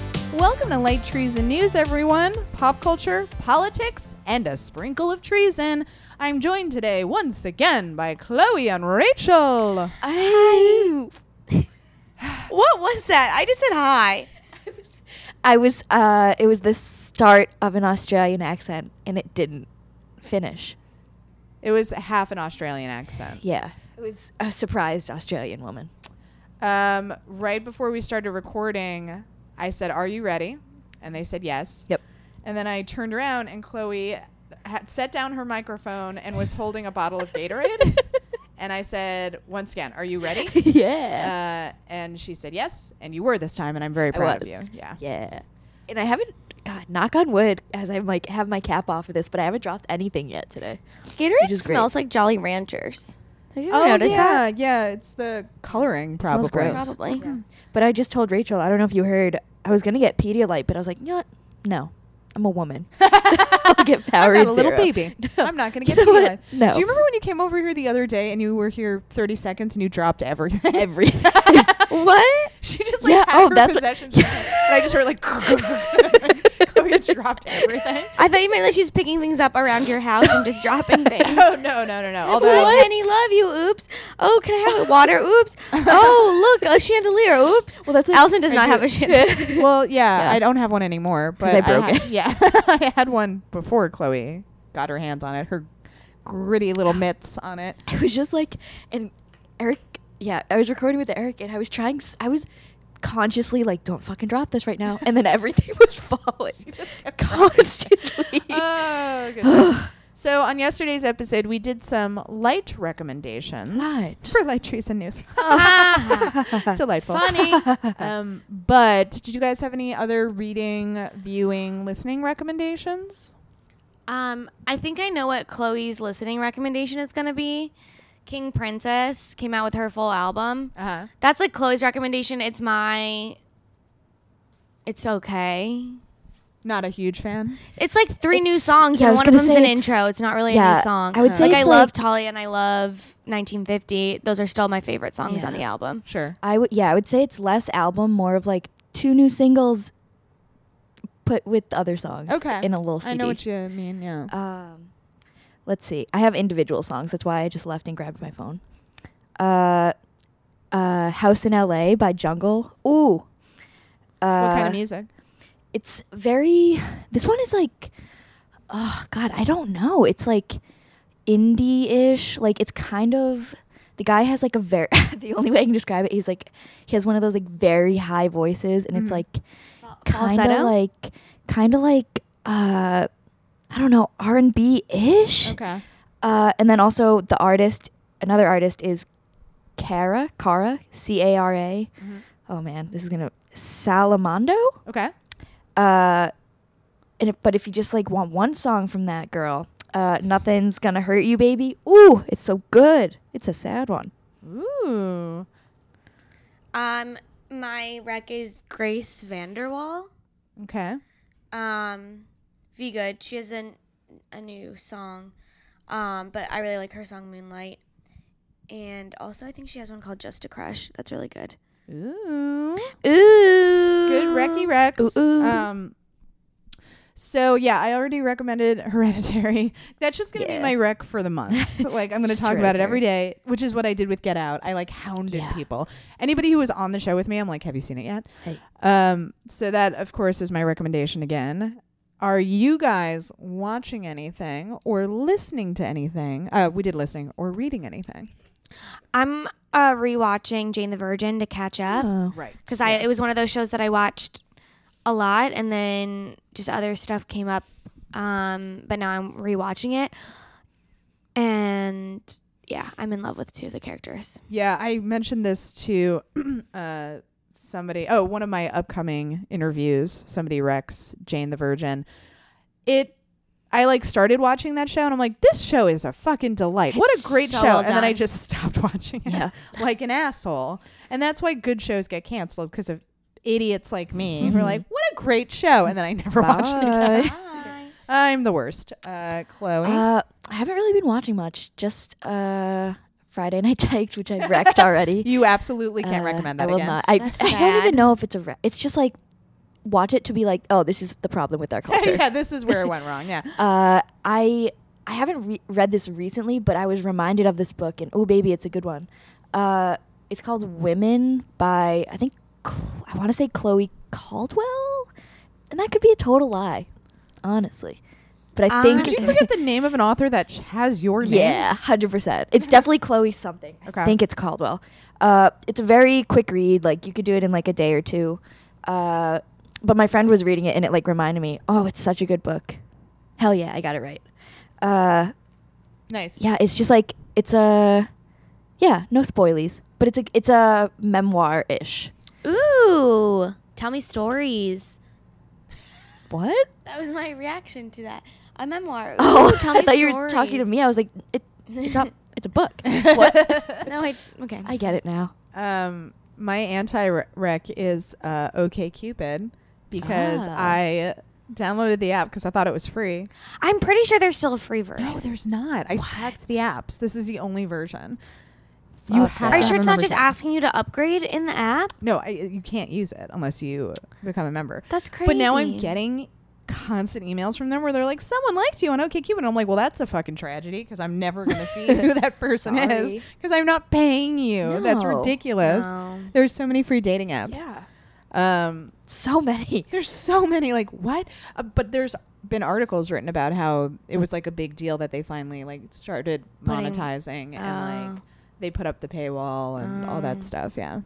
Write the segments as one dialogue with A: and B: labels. A: Treason and Light Treason News, everyone. Pop culture, politics, and a sprinkle of treason. I'm joined today once again by Chloe and Rachel.
B: I, what was that? I just said hi. I was, uh, it was the start of an Australian accent and it didn't finish.
A: It was half an Australian accent.
B: Yeah. It was a surprised Australian woman.
A: Um, right before we started recording, I said, Are you ready? And they said, Yes.
B: Yep.
A: And then I turned around and Chloe had set down her microphone and was holding a bottle of Gatorade. and I said, Once again, Are you ready?
B: yeah.
A: Uh, and she said yes, and you were this time, and I'm Uh, very
B: I
A: proud of
B: was.
A: you. Yeah.
B: Yeah. And I haven't, God, knock on wood, as I'm like, have my cap off of this, but I haven't dropped anything yet today.
C: Gatorade
B: Which is great.
C: smells like Jolly Ranchers. Have you ever
A: Oh
C: noticed
A: yeah, yeah. It's the coloring probably.
B: smells gross.
C: that? Probably.
B: But I just told Rachel, I don't know if you heard, I was going to get Pedialyte, but I was like, you know what? No, I'm a woman. I'll get
A: I'm
B: Power
A: not a little
B: Zero.
A: baby.
B: No.
A: I'm not gonna
B: You
A: get
B: know
A: you
B: what? No.
A: Do you remember when you came over here the other day and you were here 30 seconds and you dropped everything?
B: Everything. what?
A: she just like
B: Yeah,
A: had
B: oh,
A: her
B: that's what-
A: possessions, and I just heard like Chloe dropped everything.
C: I thought you meant like she's picking things up around your house and just dropping things.
A: Oh no no no no! Although
C: oh, Penny, love you. Oops. Oh, can I have a water? Oops. Oh, look, a chandelier. Oops.
B: Well, that's like,
C: Allison does
A: I
C: not
A: do-
C: have a chandelier.
A: well yeah,
B: Yeah.
A: I don't have one anymore.
B: 'Cause
A: But
B: I broke
A: had-
B: it.
A: Yeah, I had one before Chloe got her hands on it. Her gritty little mitts on it.
B: I was just like, and Eric, yeah, I was recording with Eric, and I was trying, s- I was consciously like, don't fucking drop this right now, and then everything was falling
A: just kept
B: constantly.
A: Oh, goodness. so on yesterday's episode, we did some light recommendations
B: Light.
A: for light trees and news.
B: Ah.
A: Delightful.
C: Funny.
A: Um, but did you guys have any other reading, viewing, listening recommendations?
C: Um, I think I know what Chloe's listening recommendation is going to be. King Princess came out with her full album.
A: Uh-huh.
C: That's like Chloe's recommendation. It's my. It's okay.
A: Not a huge fan.
C: It's like three new
B: It's-
C: songs,
B: yeah, I
C: and
B: was
C: one of
B: gonna
C: them's
B: say
C: an
B: it's-
C: intro. It's not really a
B: yeah,
C: new song.
B: I would say
C: like I
B: it's
C: love
B: like-
C: Tolly and I love 1950. Those are still my favorite songs on
B: Yeah.
C: the album.
A: Sure.
B: I would, yeah, I would say it's less album, more of like two new singles, put with the other songs.
A: Okay.
B: in a little CD.
A: I know what you mean. Yeah.
B: Um, let's see. I have individual songs. That's why I just left and grabbed my phone. Uh, uh, House in L.A. by Jungle. Ooh. Uh,
A: what kind of music?
B: it's very. This one is like, oh God, I don't know. It's like indie-ish. Like it's kind of. The guy has like a very. the only way I can describe it, he's like, he has one of those like very high voices, and
A: Mhm.
B: it's like kind
C: Falsetto?
B: of like, kind of like, uh, I don't know, R and B ish.
A: Okay.
B: Uh, and then also the artist, another artist is Cara, Cara, C A R A.
A: Mhm.
B: Oh man, this is gonna Salamando.
A: Okay.
B: Uh, and if, but if you just like want one song from that girl, uh, nothing's gonna hurt you, baby. Ooh, it's so good. It's a sad one.
A: Ooh.
C: Um, my rec is Grace Vanderwall.
A: Okay.
C: Um, V Good. She has an, a new song, um, but I really like her song Moonlight. And also, I think she has one called Just a Crush. That's really good.
A: Ooh.
C: Ooh.
A: Good Recky Rex.
B: Ooh, ooh.
A: Um, so yeah, I already recommended Hereditary. That's just gonna be
B: Yeah.
A: my rec for the month. But, like I'm gonna
B: Just
A: talk about it every day, which is what I did with Get Out. I like hounded
B: Yeah.
A: people. Anybody who was on the show with me, I'm like, have you seen it yet?
B: Hey.
A: Um, so that of course is my recommendation again. Are you guys watching anything or listening to anything? Uh, we did listening or reading anything.
C: I'm uh, rewatching Jane the Virgin to catch up.
B: Oh.
A: Right.
C: because I it was one of those shows that I watched a lot, and then just other stuff came up. Um, but now I'm rewatching it, and yeah, I'm in love with two of the characters.
A: Yeah, I mentioned this to uh, somebody. Oh, one of my upcoming interviews. Somebody Rex Jane the Virgin. It. I like started watching that show and I'm like, this show is a fucking delight. What a
C: It's
A: great
C: so
A: show.
C: well
A: and then I
C: done.
A: just stopped watching it
B: Yeah.
A: like an asshole. And that's why good shows get canceled because of idiots like me who are
B: Mhm.
A: like, what a great show. And then I never watch it again.
B: Bye.
C: Hi.
A: I'm the worst. Uh, Chloe.
B: Uh, I haven't really been watching much. Just uh, Friday Night Takes, which I wrecked already.
A: you absolutely can't
B: Uh,
A: recommend
B: I
A: that
B: will
A: again.
B: not. I,
C: That's
B: I don't
C: sad.
B: even know if it's a. Re- it's just like watch it to be like, oh, this is the problem with our culture.
A: yeah, this is where it went wrong. Yeah.
B: Uh, I I haven't re- read this recently, but I was reminded of this book, and oh, baby, it's a good one. Uh, it's called Women by I think Cl- I want to say Chloe Caldwell, and that could be a total lie, honestly. But I think
C: Did
A: Did
B: it's
A: you forget the name of an author that sh- has your name?
B: yeah, hundred percent. It's definitely Chloe something.
A: Okay.
B: I think it's Caldwell. Uh, it's a very quick read. Like you could do it in like a day or two. Uh, but my friend was reading it and it like reminded me. Oh, it's such a good book. Hell yeah, I got it right. Uh,
A: Nice.
B: yeah, it's just like it's a yeah, no spoilies, but it's a it's a memoir ish.
C: Ooh, tell me stories.
B: What?
C: That was my reaction to that. A memoir. Ooh,
B: Oh,
C: tell
B: I
C: me
B: thought you were talking to
C: stories.
B: me. I was like, it, it's not. It's a book. what?
C: No, I okay.
B: I get it now.
A: Um, my anti rec is uh, OK Cupid because
B: Ah.
A: I downloaded the app because I thought it was free.
C: I'm pretty sure there's still a free version.
A: No, there's not. I checked the apps. This is the only version. Uh,
B: Fuck
A: you
B: that.
A: have.
C: Are you
A: to
C: sure it's not
A: remember
C: just
A: to-
C: asking you to upgrade in the app?
A: No, I, you can't use it unless you become a member.
C: That's crazy.
A: But now I'm getting constant emails from them where they're like, "Someone liked you on OKCupid," and I'm like, "Well, that's a fucking tragedy because I'm never going to see who that person is
B: Sorry.
A: because I'm not paying you. That's
B: No.
A: ridiculous.
C: No.
A: There's so many free dating apps. Um,
B: So many.
A: there's so many. Like what? Uh, but there's been articles written about how it was like a big deal that they finally like started
C: Putting-
A: monetizing
C: Oh.
A: and like they put up the paywall and all
C: mm.
A: that stuff. Yeah,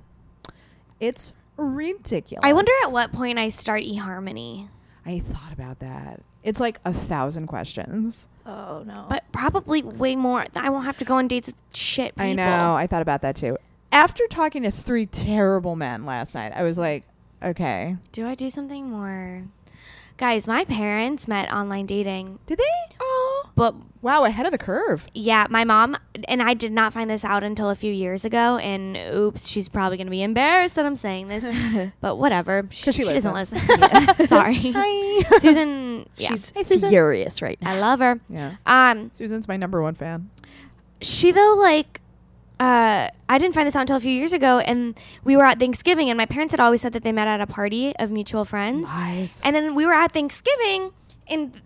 A: it's ridiculous.
C: I wonder at what point I start eHarmony.
A: I thought about that. It's like a thousand questions.
B: Oh no.
C: But probably way more. I won't have to go on dates with shit people.
A: I know. I thought about that too. After talking to three terrible men last night, I was like, okay.
C: Do I do something more? Guys, my parents met online dating.
A: Did they?
C: Oh. But
A: Wow, ahead of the curve.
C: yeah, my mom and I did not find this out until a few years ago. And oops, she's probably going to be embarrassed that I'm saying this. but whatever. She,
A: 'Cause she
C: doesn't
A: listens.
C: listen. Sorry.
A: Hi.
C: Susan, yeah.
B: She's
A: Hey, Susan.
B: furious right now.
C: I love her.
A: yeah.
C: Um,
A: Susan's my number one fan.
C: she though like uh, I didn't find this out until a few years ago, and we were at Thanksgiving, and my parents had always said that they met at a party of mutual friends,
A: Lies.
C: and then we were at Thanksgiving, and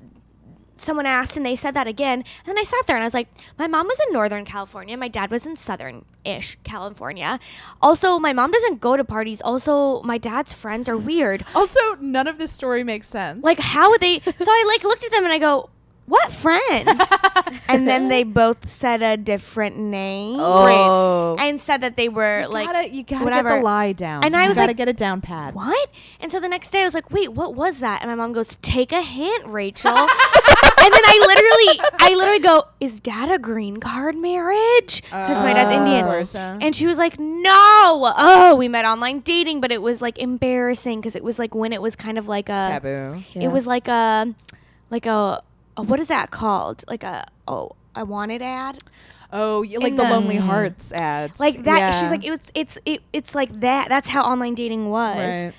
C: someone asked, and they said that again, and then I sat there and I was like, my mom was in Northern California, my dad was in Southern-ish California. Also, my mom doesn't go to parties. Also, my dad's friends are weird.
A: Also, none of this story makes sense.
C: Like, how would they? so I like looked at them and I go, what friend? and then they both said a different name.
B: Oh.
C: and said that they were like
A: gotta, you gotta get
C: whatever.
A: the lie down.
C: And I
A: You
C: was
A: gotta
C: like,
A: get it down pat.
C: what? And so the next day I was like, wait, what was that? And my mom goes, take a hint, Rachel. and then I literally, I literally go, is dad a green card marriage? Because my dad's Indian.
A: Oh. Of course, yeah.
C: And she was like, no. Oh, we met online dating, but it was like embarrassing because it was like when it was kind of like a
A: Taboo.
B: Yeah.
C: It was like a, like a, a, what is that called? Like a, oh, a wanted ad.
A: Oh, yeah, like
C: In
A: the,
C: the-
A: Lonely Hearts ads.
C: Like that. She
A: Yeah.
C: was like, it, was- it's, it, it's like that. That's how online dating was.
A: Right.
C: Um,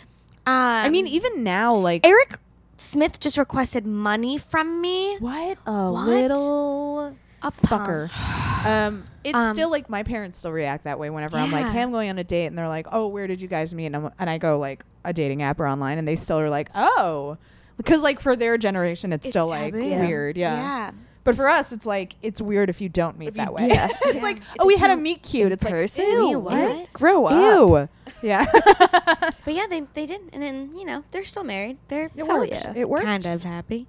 A: I mean, even now, like,
C: Eric Smith just requested money from me.
A: what a
C: What?
A: little
C: A
A: fucker. um, it's
C: Um,
A: still like my parents still react that way whenever I'm like,
C: Yeah.
A: "Hey, I'm going on a date," and they're like, "Oh, where did you guys meet?" And, I'm, and I go like a dating app or online, and they still are like, "Oh," because like for their generation, it's, still like
C: taboo.
A: weird, yeah. But for us, it's like it's weird if you don't meet that way.
B: yeah.
A: it's
C: Yeah.
A: like,
C: It's
A: oh,
C: a
A: we had a
C: two-
A: meet cute. It's like,
B: person?
A: ew,
C: what?
B: Grow up.
A: ew, yeah.
C: But yeah, they, they did. And then, you know, they're still married. They're
A: It
B: Hell
A: worked.
B: yeah.
A: It worked.
C: of happy.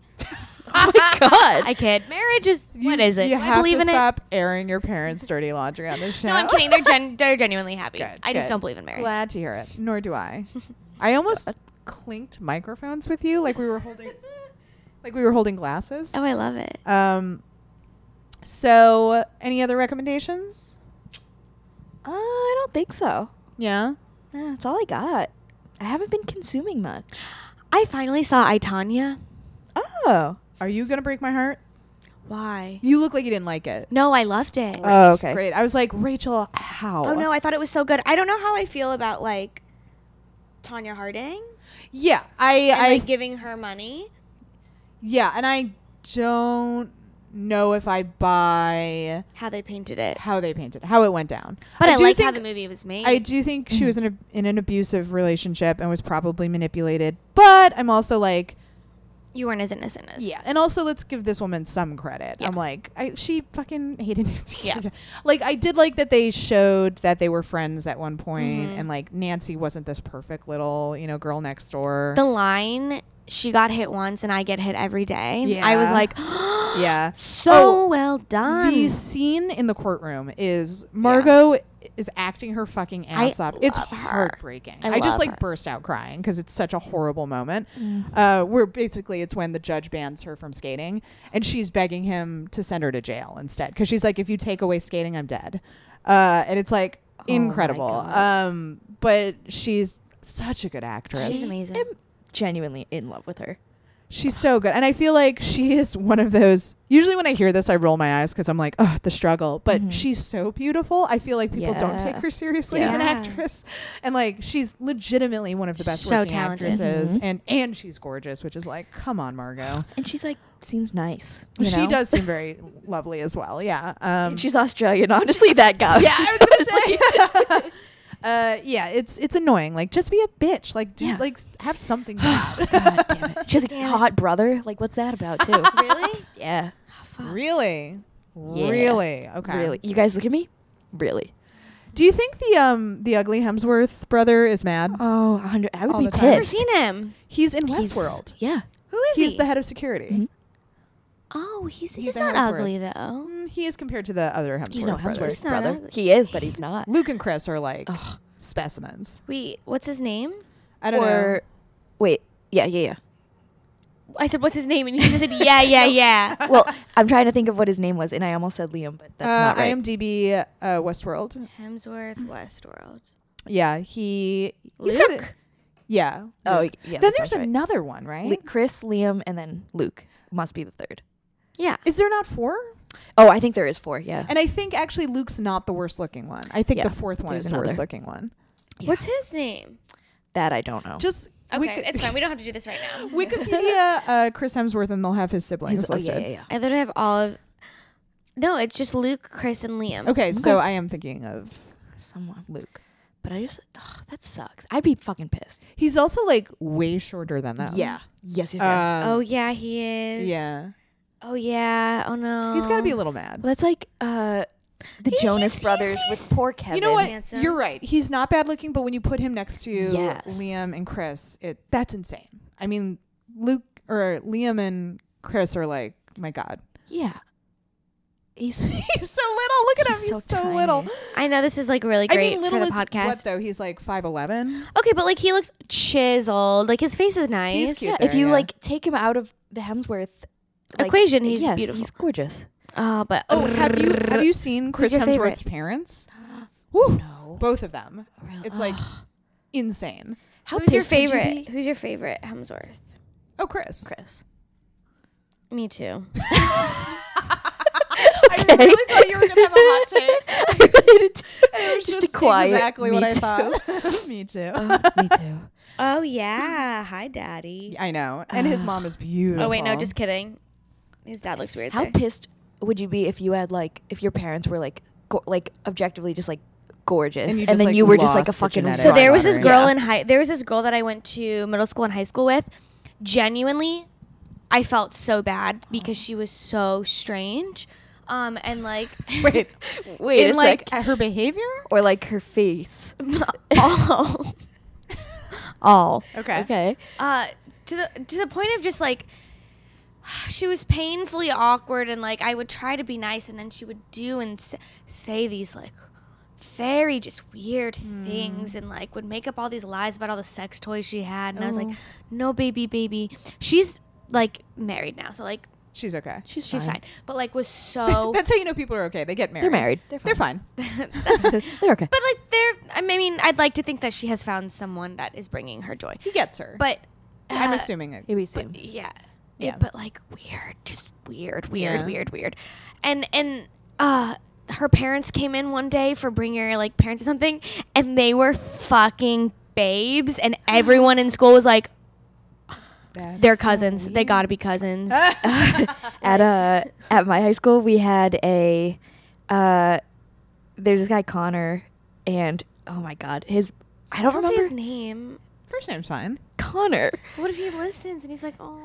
B: Oh my god.
C: I kid. Marriage is,
A: You-
C: what is it?
A: You
C: I
A: have
C: believe
A: to
C: in
A: stop airing your parents' dirty laundry on this
C: it.
A: show.
C: No, I'm kidding. They're, gen- they're genuinely happy.
A: Good,
C: I just
A: good.
C: don't believe in marriage.
A: Glad to hear it. Nor do I. I almost clinked microphones with you, like we were holding, like we were holding glasses.
C: Oh, I love it.
A: Um. So, any other recommendations?
B: Uh, I don't think so.
A: Yeah.
B: Uh, that's all I got. I haven't been consuming much.
C: I finally saw I, Tanya.
B: Oh.
A: Are you gonna break my heart?
C: Why?
A: You look like you didn't like it.
C: No, I loved it.
B: Oh, okay.
A: Great. I was like, Rachel, how?
C: oh, no. I thought it was so good. I don't know how I feel about, like, Tanya Harding
A: Yeah, I,
C: and,
A: I,
C: like, giving her money.
A: yeah, and I don't know if I buy
C: how they painted it.
A: how they painted, how it went down.
C: But I,
A: do
C: like
A: think
C: how the movie was made.
A: I do think she
C: Mm-hmm.
A: was in a, in an abusive relationship and was probably manipulated. But I'm also like,
C: you weren't as innocent as
A: yeah. And also, let's give this woman some credit.
C: Yeah.
A: I'm like, I, she fucking hated Nancy.
C: Yeah.
A: Kerrigan. Like, I did like that they showed that they were friends at one point,
C: Mhm.
A: and like Nancy wasn't this perfect little, you know, girl next door.
C: The line, she got hit once and I get hit every day. I was
A: Yeah.
C: like,
A: yeah.
C: so
A: Oh,
C: well done.
A: the scene in the courtroom is Margot is acting her fucking ass
C: I
A: off. It's
C: love her.
A: heartbreaking.
C: I
A: I, just
C: love
A: like
C: her.
A: burst out crying because it's such a horrible moment.
B: Mm,
A: Uh, where basically it's when the judge bans her from skating and she's begging him to send her to jail instead because she's like, if you take away skating, I'm dead. Uh, and it's like
B: Oh my
A: incredible.
B: God.
A: Um, but she's such a good actress.
C: She's amazing.
B: am genuinely in love with her.
A: She's so good. And I feel like she is one of those. Usually, when I hear this, I roll my eyes because I'm like, oh, the struggle. But
B: Mm-hmm.
A: she's so beautiful. I feel like people don't
B: Yeah.
A: take her seriously as an
C: Yeah.
A: actress. And like, she's legitimately one of the best
C: So
A: working
C: talented.
B: Mm-hmm.
A: actresses. And, and she's gorgeous, which is like, come on, Margot.
B: And she's like, seems nice. you
A: She
B: know?
A: does seem very lovely as well. Yeah. Um,
B: And she's Australian. Honestly, that guy.
A: yeah, I was gonna say. uh, yeah, it's it's annoying. Like, just be a bitch. Like, do
B: Yeah.
A: like have something. bad.
B: God damn it. She has a hot brother. Like, what's that about, too?
C: really?
B: yeah.
A: really,
B: Yeah.
A: really. Okay.
B: Really. You guys look at me? Really?
A: Do you think the um the ugly Hemsworth brother is mad?
B: Oh, 100. I would
A: All
B: be
A: the time.
C: Never
B: pissed.
C: seen him.
A: He's in
B: He's-
A: Westworld.
B: Yeah.
C: Who is
A: He's
C: he?
A: the head of security.
B: Mhm.
C: oh, he's he's,
A: he's a
C: not
A: Hemsworth.
C: ugly though.
A: Mm, He is compared to the other Hemsworth.
B: Mm-hmm. He's no Hemsworth's
A: brothers.
C: not
B: brother.
C: ugly.
B: He is, but he's not.
A: Luke and Chris are like specimens.
C: Wait, what's his name?
A: I don't
B: Or, wait. Yeah, yeah, yeah.
C: I said, what's his name? And you just said, yeah, yeah, yeah.
B: well, I'm trying to think of what his name was, and I almost said Liam, but
A: know.
B: that's not
A: uh,
B: right.
A: IMDb uh, Westworld.
C: Hemsworth, Westworld.
A: Yeah, he. he's got
C: Luke.
A: a- yeah.
B: oh,
A: Luke. Then
B: yeah. that
A: there's
B: sounds right.
A: another one, right?
B: Li- Chris, Liam, and then Luke must be the third.
C: yeah.
A: Is there not four?
B: Oh, I think there is four. Yeah.
A: And I think actually Luke's not the worst looking one. I think
B: Yeah,
A: the fourth one
B: there's
A: is the
B: another.
A: worst looking one.
B: Yeah.
C: What's his name?
B: That I don't know.
A: Just
C: Okay,
A: Wiki-
C: it's fine. We don't have to do this right now.
A: Wikipedia uh, Chris Hemsworth, and they'll have his siblings
B: His- oh,
A: listed.
B: yeah, yeah, yeah.
C: I literally have all of. No, it's just Luke, Chris, and Liam.
A: Okay, so I am thinking of
B: Someone.
A: Luke.
B: But I just, oh, that sucks. I'd be fucking pissed.
A: He's also like way shorter than that.
B: Yes, yes, yes.
A: Um,
C: oh yeah, he is.
A: yeah.
C: Oh yeah. Oh no.
A: He's got to be a little mad.
B: Well, that's like uh, the
C: He's-
B: Jonas
C: he's-
B: Brothers
C: he's-
B: with poor Kevin.
A: You know what?
C: Handsome.
A: You're right. He's not bad looking, but when you put him next to
B: Yes.
A: Liam and Chris, it that's insane. I mean, Luke or Liam and Chris are like, my God,
B: Yeah. He's
A: he's so little. Look at
B: He's
A: him.
B: so
A: He's so, little.
B: tiny.
C: I know this is like really
A: I
C: great
A: mean, little
C: for the
A: is
C: podcast.
A: what though? He's like five eleven.
C: okay, but like he looks chiseled. Like his face is nice.
A: He's cute.
B: yeah.
A: there,
B: if you
A: yeah.
B: like take him out of the Hemsworth like,
C: Equation, he's
B: yes,
C: beautiful.
B: He's gorgeous.
C: Oh, but
A: Oh, have you have you seen Chris
B: your
A: Hemsworth's
B: favorite?
A: parents? Woo,
B: No.
A: both of them.
B: Really?
A: It's like insane.
B: How
C: Who's your
B: pissed would you
C: favorite?
B: be?
C: Who's your favorite Hemsworth?
A: Oh, Chris.
B: Chris.
C: Me too.
A: I really thought you were gonna have a hot take.
B: I really did.
A: It was
B: Just a quiet
A: exactly
B: me
A: what I
B: too.
A: thought. me too.
B: Me too.
C: Oh yeah. Hi, Daddy.
A: I know. And his mom is beautiful.
C: Oh wait, no, just kidding. His dad looks weird.
B: How
C: there.
B: pissed would you be if you had like if your parents were like go- like objectively just like gorgeous
A: And
B: and,
A: you just,
B: then
A: like,
B: you were just like a
A: lost the
B: fucking
A: genetics.
C: So there was this
A: Lottery.
C: girl
B: Yeah.
C: in high. There was this girl that I went to middle school and high school with. Genuinely, I felt so bad because she was so strange, um, and like
A: wait.
B: Wait a
A: in like
B: sec.
A: at her behavior.
B: or like her face.
C: all, all,
A: Okay.
B: Okay.
C: uh, to the to the point of just like she was painfully awkward, and like I would try to be nice, and then she would do and s- say these like very just weird things and like would make up all these lies about all the sex toys she had and i was like no baby baby she's like married now so like
A: She's okay.
B: She's
C: she's fine but like was so
A: That's how you know people are okay. They get married.
B: Oh. They're married.
A: They're fine.
B: They're okay.
C: but like they're i mean i'd like to think that she has found someone that is bringing her joy
A: He gets her.
C: but
A: I'm
C: uh,
A: assuming it.
B: Maybe soon.
C: yeah
B: Yeah.
C: but like weird just weird weird
A: Yeah.
C: weird weird and and uh her parents came in one day for bring your like parents or something and they were fucking babes and everyone in school was like
A: That's
C: They're
A: so
C: cousins. They
A: weird.
C: gotta be cousins.
B: at uh at my high school we had a uh there's this guy Connor and oh my god his I don't,
C: Don't say
B: remember
C: his name.
A: First name's fine.
B: Connor
C: What if he listens and he's like, oh,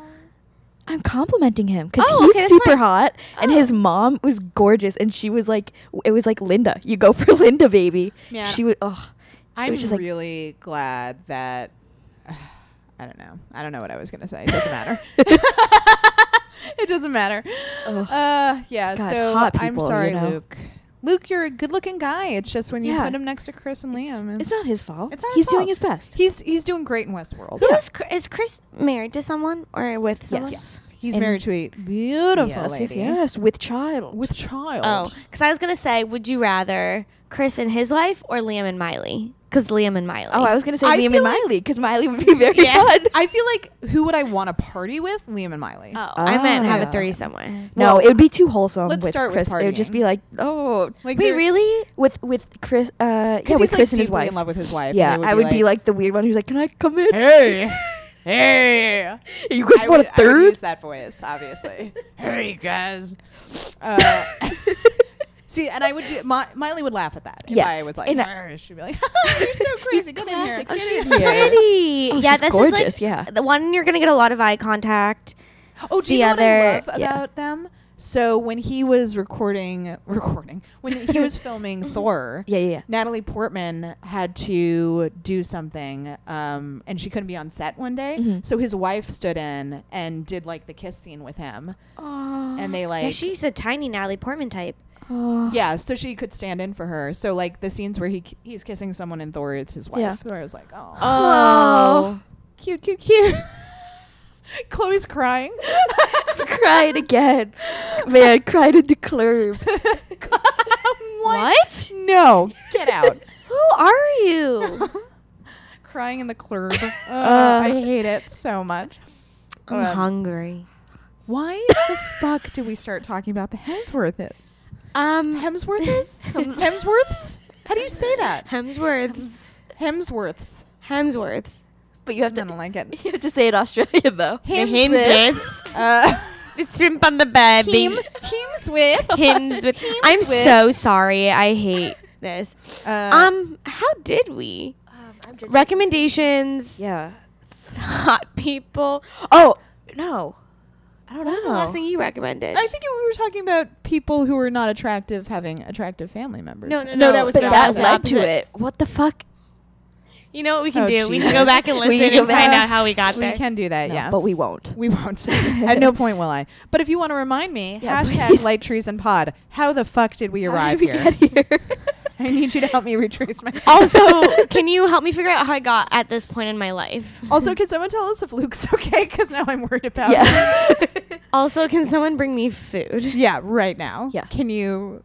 B: I'm complimenting him because
C: Oh, okay,
B: he's
C: that's
B: super
C: fine.
B: hot and
C: Oh.
B: his mom was gorgeous and she was like it was like Linda you go for Linda baby
A: Yeah.
B: she would oh
A: I'm
B: was just, like-
A: really glad that. I don't know. I don't know what I was gonna say. It doesn't matter. it doesn't matter.
B: Ugh.
A: Uh, yeah.
B: God,
A: so
B: hot
A: I'm
B: people, you
A: sorry,
B: know.
A: Luke. Luke, you're a good-looking guy. It's just when you
B: Yeah.
A: put him next to Chris and
B: it's,
A: Liam, and
B: it's not his fault
A: It's not
B: he's
A: his
B: doing
A: fault.
B: his best
A: he's he's doing great in Westworld.
C: who is Chris, is Chris married to someone or with someone?
A: Yes, he's
B: And-
A: married to a beautiful
B: yes, yes
A: lady
B: yes with child
A: with child.
C: Oh, because I was gonna say, would you rather Chris and his wife or Liam and Miley? Because Liam and Miley.
B: oh I was gonna say
A: I
B: Liam
A: feel
B: and
A: like-
B: Miley because Miley would be very
C: Yeah.
B: fun
A: I feel like who would I want to party with? Liam and Miley.
C: Oh, I meant have a
B: Ah.
C: threesome with.
B: No,
A: Well,
B: it would be too wholesome.
A: let's
B: with
A: start with
B: Chris. It would just
A: partying.
B: be like, oh,
A: Like
C: Wait,
A: they're-
C: really?
B: with with Chris. Uh, yeah,
A: 'cause he's,
B: with
A: like,
B: Chris and his
A: deeply
B: wife.
A: in love with his wife. and
B: yeah,
A: they
B: I would be like the weird one who's like, "Can I come in?
A: hey, hey.
B: you guys
A: I would- I
B: want a
A: would
B: third?
A: use that voice, obviously. hey guys. Uh, see, and I would do. My, Miley would laugh at that. If
B: Yeah,
A: I was like,
B: and I-
A: "Arr," she'd be like, "You're so crazy. Get in here."
B: classic.
C: Oh,
B: Get
C: she's
B: in here.
C: pretty.
B: Oh,
C: yeah,
B: she's
C: this
B: gorgeous,
C: is like
B: yeah.
C: the one you're gonna get a lot of eye contact.
A: Oh, do you
C: the
A: know what I
C: other-
A: love
B: yeah.
A: about them? So when he was recording, recording when he was filming Thor,
B: Yeah, yeah, yeah.
A: Natalie Portman had to do something, um, and she couldn't be on set one day.
B: Mm-hmm.
A: So his wife stood in and did like the kiss scene with him, and they like
C: yeah, she's a tiny Natalie Portman type.
B: Oh.
A: yeah, so she could stand in for her. So like the scenes where he he's kissing someone in Thor, it's his wife.
B: Yeah.
A: Where I was like, oh,
C: Uh,
B: Oh.
A: cute, cute, cute. Chloe's crying.
B: cried again. Man, cried in the club.
A: what?
C: What?
A: No, get out.
C: Who are you?
A: crying in the club. Uh,
B: Uh.
A: I hate it so much.
C: I'm
A: Um,
C: hungry.
A: Why the fuck do we start talking about the Hemsworths?
C: Um,
A: Hemsworths? Hemsworths? How do you say that?
C: Hemsworths.
A: Hemsworths.
C: Hemsworths.
B: But you have
A: I
B: to,
A: don't like it.
B: you have to say it Australian though.
A: Uh,
C: The shrimp on the bed.
A: Hem- Hemsworth.
C: Hemsworth. I'm so sorry. I hate this.
A: Uh,
C: Um, how did we?
B: Um,
C: Recommendations.
B: yeah.
C: Hot people.
B: Oh no, I don't know.
C: What was the last thing you recommended?
A: I think we were talking about people who are not attractive having attractive family members.
C: No, no,
A: that
C: no,
A: was
B: But
A: the
B: that
A: opposite.
B: led to
C: opposite.
B: it. What the fuck?
C: You know what we can
A: Oh,
C: do? We
A: Jesus.
C: can go back and
B: We
C: listen
B: can go
C: and find
B: back.
C: out how we got
A: We
C: there.
A: can do that,
B: No,
A: yeah.
B: but we won't.
A: We won't. At no point will I. But if you want to remind me,
B: Yeah,
A: hashtag
B: please.
A: light trees and pod. How the fuck did we
B: How
A: arrive
B: did we
A: here?
B: get here?
A: I need you to help me retrace myself.
C: also, can you help me figure out how I got at this point in my life?
A: also, can someone tell us if Luke's okay? Because now I'm worried about. him.
B: yeah.
C: Also, can someone bring me food?
A: yeah, right now.
B: Yeah.
A: Can you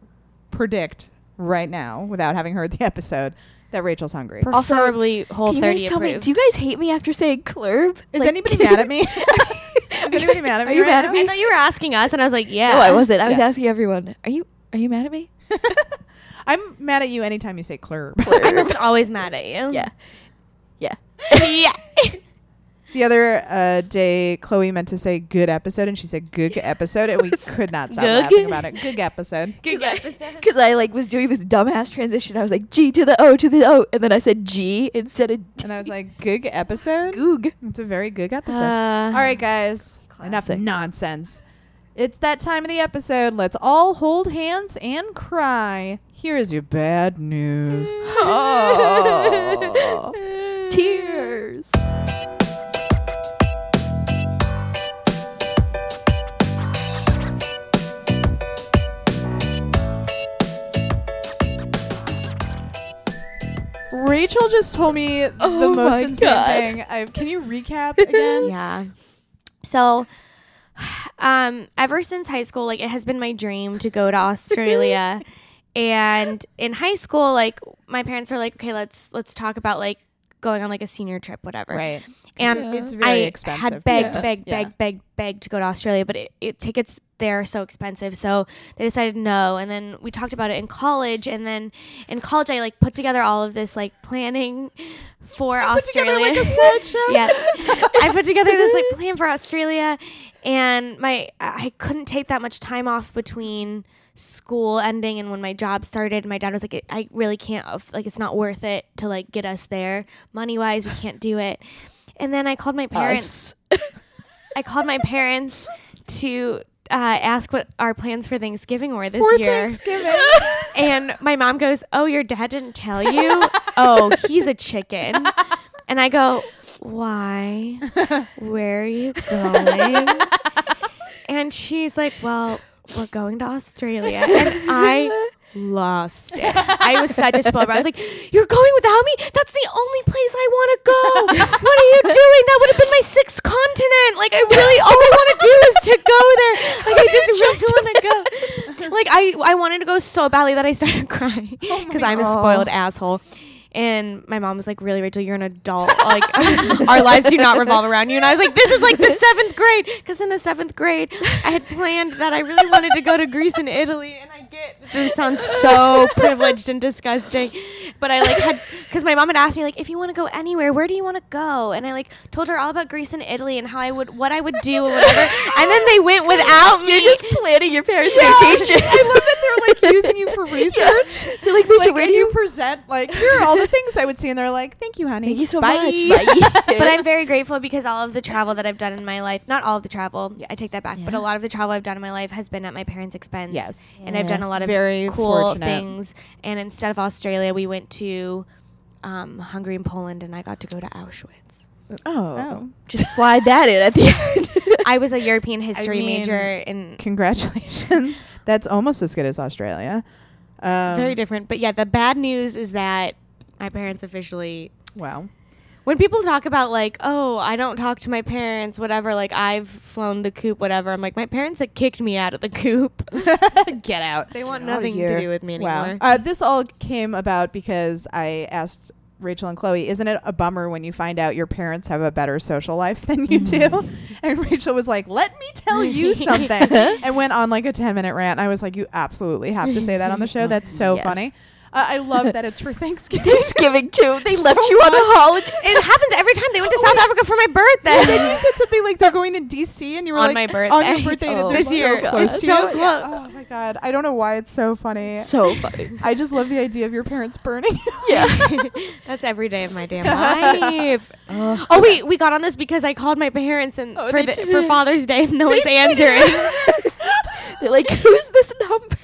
A: predict right now, without having heard the episode, that Rachel's hungry?
B: Also,
C: Preferably whole
B: Can you guys
C: 30
B: tell me? Do you guys hate me after saying clurb?
A: Is anybody mad at me? Is anybody mad at
B: Are
A: me
B: you
A: right
B: mad
A: now?
B: at
C: I
B: me?
C: thought you were asking us, and I was like, yeah.
B: No, "Oh, I wasn't. I was
A: Yeah.
B: asking everyone. Are you Are you mad at me?
A: I'm mad at you anytime you say clurb.
C: I'm just always mad at you.
B: Yeah. Yeah.
C: yeah.
A: the other uh, day, Chloe meant to say good episode, and she said goog episode, and we could not stop
B: Goog?
A: laughing about it. Goog episode.
C: Good
B: Because I like was doing this dumbass transition. I was like G to the O to the O, and then I said G instead of D.
A: And I was like, goog episode?
B: Goog.
A: It's a very goog episode.
C: Uh,
A: all right, guys.
B: Classic.
A: Enough nonsense. It's that time of the episode. Let's all hold hands and cry. Here is your bad news.
B: Oh. Tears.
A: Rachel just told me the
B: Oh
A: most
B: my
A: insane
B: God.
A: thing. I, can you recap again?
C: Yeah. So, um, ever since high school, like it has been my dream to go to Australia. and in high school, like my parents were like, "Okay, let's let's talk about like going on like a senior trip, whatever."
A: Right. 'Cause
C: And
A: it- it's
C: I
A: very expensive.
C: had begged,
A: Yeah.
C: begged,
A: Yeah.
C: begged, begged, begged to go to Australia, but it, it, tickets there are so expensive. So they decided no. And then we talked about it in college. And then in college, I like put together all of this like planning for
A: Put together
C: Australia.
A: like a slideshow.
C: yeah i put together this like plan for australia and my i couldn't take that much time off between school ending and when my job started my dad was like i really can't aff- like it's not worth it to like get us there money wise we can't do it and then i called my parents
B: Us.
C: i called my parents to uh, ask what our plans for thanksgiving were this
A: For
C: year
A: Thanksgiving.
C: and my mom goes, "Oh, your dad didn't tell you? oh, he's a chicken." And I go, "Why? Where are you going?" And she's like, "Well, we're going to Australia." And I lost it. I was such a spoiler. I was like, "You're going without me? That's the only place I want to go. What are you doing? That would have been my sixth continent. Like I really all I want to do is to go there. Like I just really want to go." like I, I wanted to go so badly that I started crying because I'm a spoiled asshole. And my mom was like, "Really, Rachel? You're an adult. Like, our lives do not revolve around you." And I was like, "This is like the seventh grade, because in the seventh grade, I had planned that I really wanted to go to Greece and Italy, and I get that this sounds so privileged and disgusting, but I like had because my mom had asked me like, if you want to go anywhere, where do you want to go? And I like told her all about Greece and Italy and how I would, what I would do, and whatever. And then they went without me.
B: You're just planning your parents' vacation.
A: I love that they're like using you for research.
B: They're like, Rachel,
A: Like,
B: where
A: and
B: do
A: you
B: you?
A: present like here are all the things I would see, and they're like, "Thank you, honey.
B: Thank you so
A: Bye."
B: much. Bye.
C: but I'm very grateful because all of the travel that I've done in my life, not all of the travel, I take that back, but a lot of the travel I've done in my life has been at my parents' expense.
A: Yes.
C: And I've done a lot of
A: Very
C: cool
A: fortunate.
C: things. And instead of Australia, we went to um, Hungary and Poland, and I got to go to Auschwitz.
A: Oh,
B: just slide that in at the end.
C: I was a European history
A: mean,
C: major and
A: congratulations! That's almost as good as Australia. Um,
C: very different. But yeah, the bad news is that my parents officially
A: Wow.
C: when people talk about like oh i don't talk to my parents whatever like i've flown the coop whatever i'm like my parents had kicked me out of the coop
A: Get out.
C: they
B: Get
C: want
B: outta
C: nothing
B: here.
C: to do with me anymore
A: Wow. Uh, this all came about because I asked Rachel and Chloe, isn't it a bummer when you find out your parents have a better social life than you
C: Mm.
A: do? And Rachel was like, let me tell you something. and went on like a 10 minute rant. I was like, you absolutely have to say that on the show. That's so
B: Yes.
A: funny. Uh, I love that it's for Thanksgiving.
B: Thanksgiving too. They left you on a holiday.
C: It happens every time they went to South Africa for my birthday.
A: then you said something like they're going to DC and you were
C: On
A: like
C: my
A: on your
C: birthday.
A: birthday and
B: Oh,
A: they're
B: this
A: so
B: year.
A: close
C: It's
A: to
C: so
A: you. Yeah.
C: close.
A: Oh my god. I don't know why it's so funny.
B: So funny.
A: I just love the idea of your parents burning. you.
C: That's every day of my damn life. oh wait, we got on this because I called my parents and for,
B: they
C: the,
B: did
C: for
B: it.
C: Father's Day and no one's answering.
B: They're like, who's this number?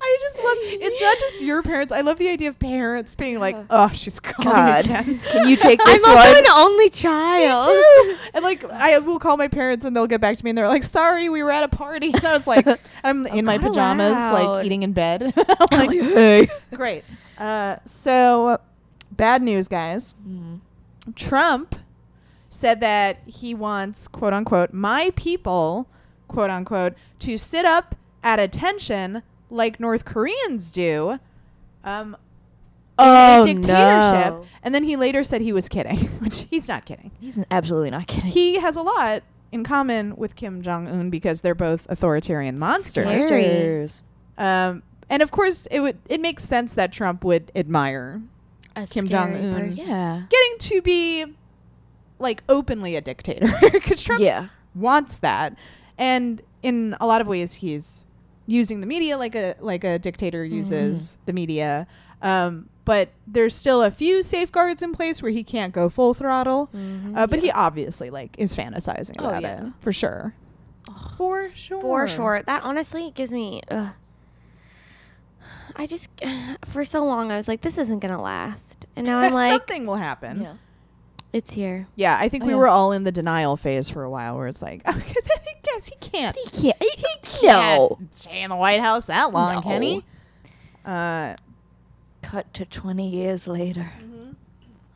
A: I just love. It's not just your parents. I love the idea of parents being like, "Oh, she's calling
B: God.
A: again."
B: Can you take
C: I'm
B: this
C: also
B: one?
C: an only child.
A: and like, I will call my parents, and they'll get back to me, and they're like, "Sorry, we were at a party." And I was like, "I'm in my
C: God
A: pajamas,
C: allowed.
A: like eating in bed." I'm
B: I'm
A: like,
B: like, hey.
A: Great. Uh, so, bad news, guys.
B: Mm-hmm.
A: Trump said that he wants, quote unquote, my people, quote unquote, to sit up at attention like North Koreans do. Um,
B: Oh,
A: a dictatorship.
B: no.
A: And then he later said he was kidding, which he's not kidding.
B: He's absolutely not kidding.
A: He has a lot in common with Kim Jong Un because they're both authoritarian monsters.
C: Scary.
A: Um, and of course, it would it makes sense that Trump would admire Kim Jong Un.
B: Yeah.
A: getting to be like openly a dictator because Trump
B: Yeah.
A: wants that, and in a lot of ways he's using the media like a like a dictator uses the media. Um, but there's still a few safeguards in place where he can't go full throttle. uh, but he obviously like is fantasizing
B: Oh,
A: about
B: yeah.
A: it for sure. For sure.
C: For sure. That honestly gives me. Ugh. I just, for so long, I was like, this isn't going to last. And now I'm like,
A: something will happen. Yeah,
C: it's here.
A: I think
B: Oh,
A: we
B: yeah.
A: were all in the denial phase for a while, where it's like, okay, I guess he can't.
B: He can't. He, he no.
A: can't stay in the White House that long,
B: No.
A: can he? Uh,
B: Cut to 20 years later.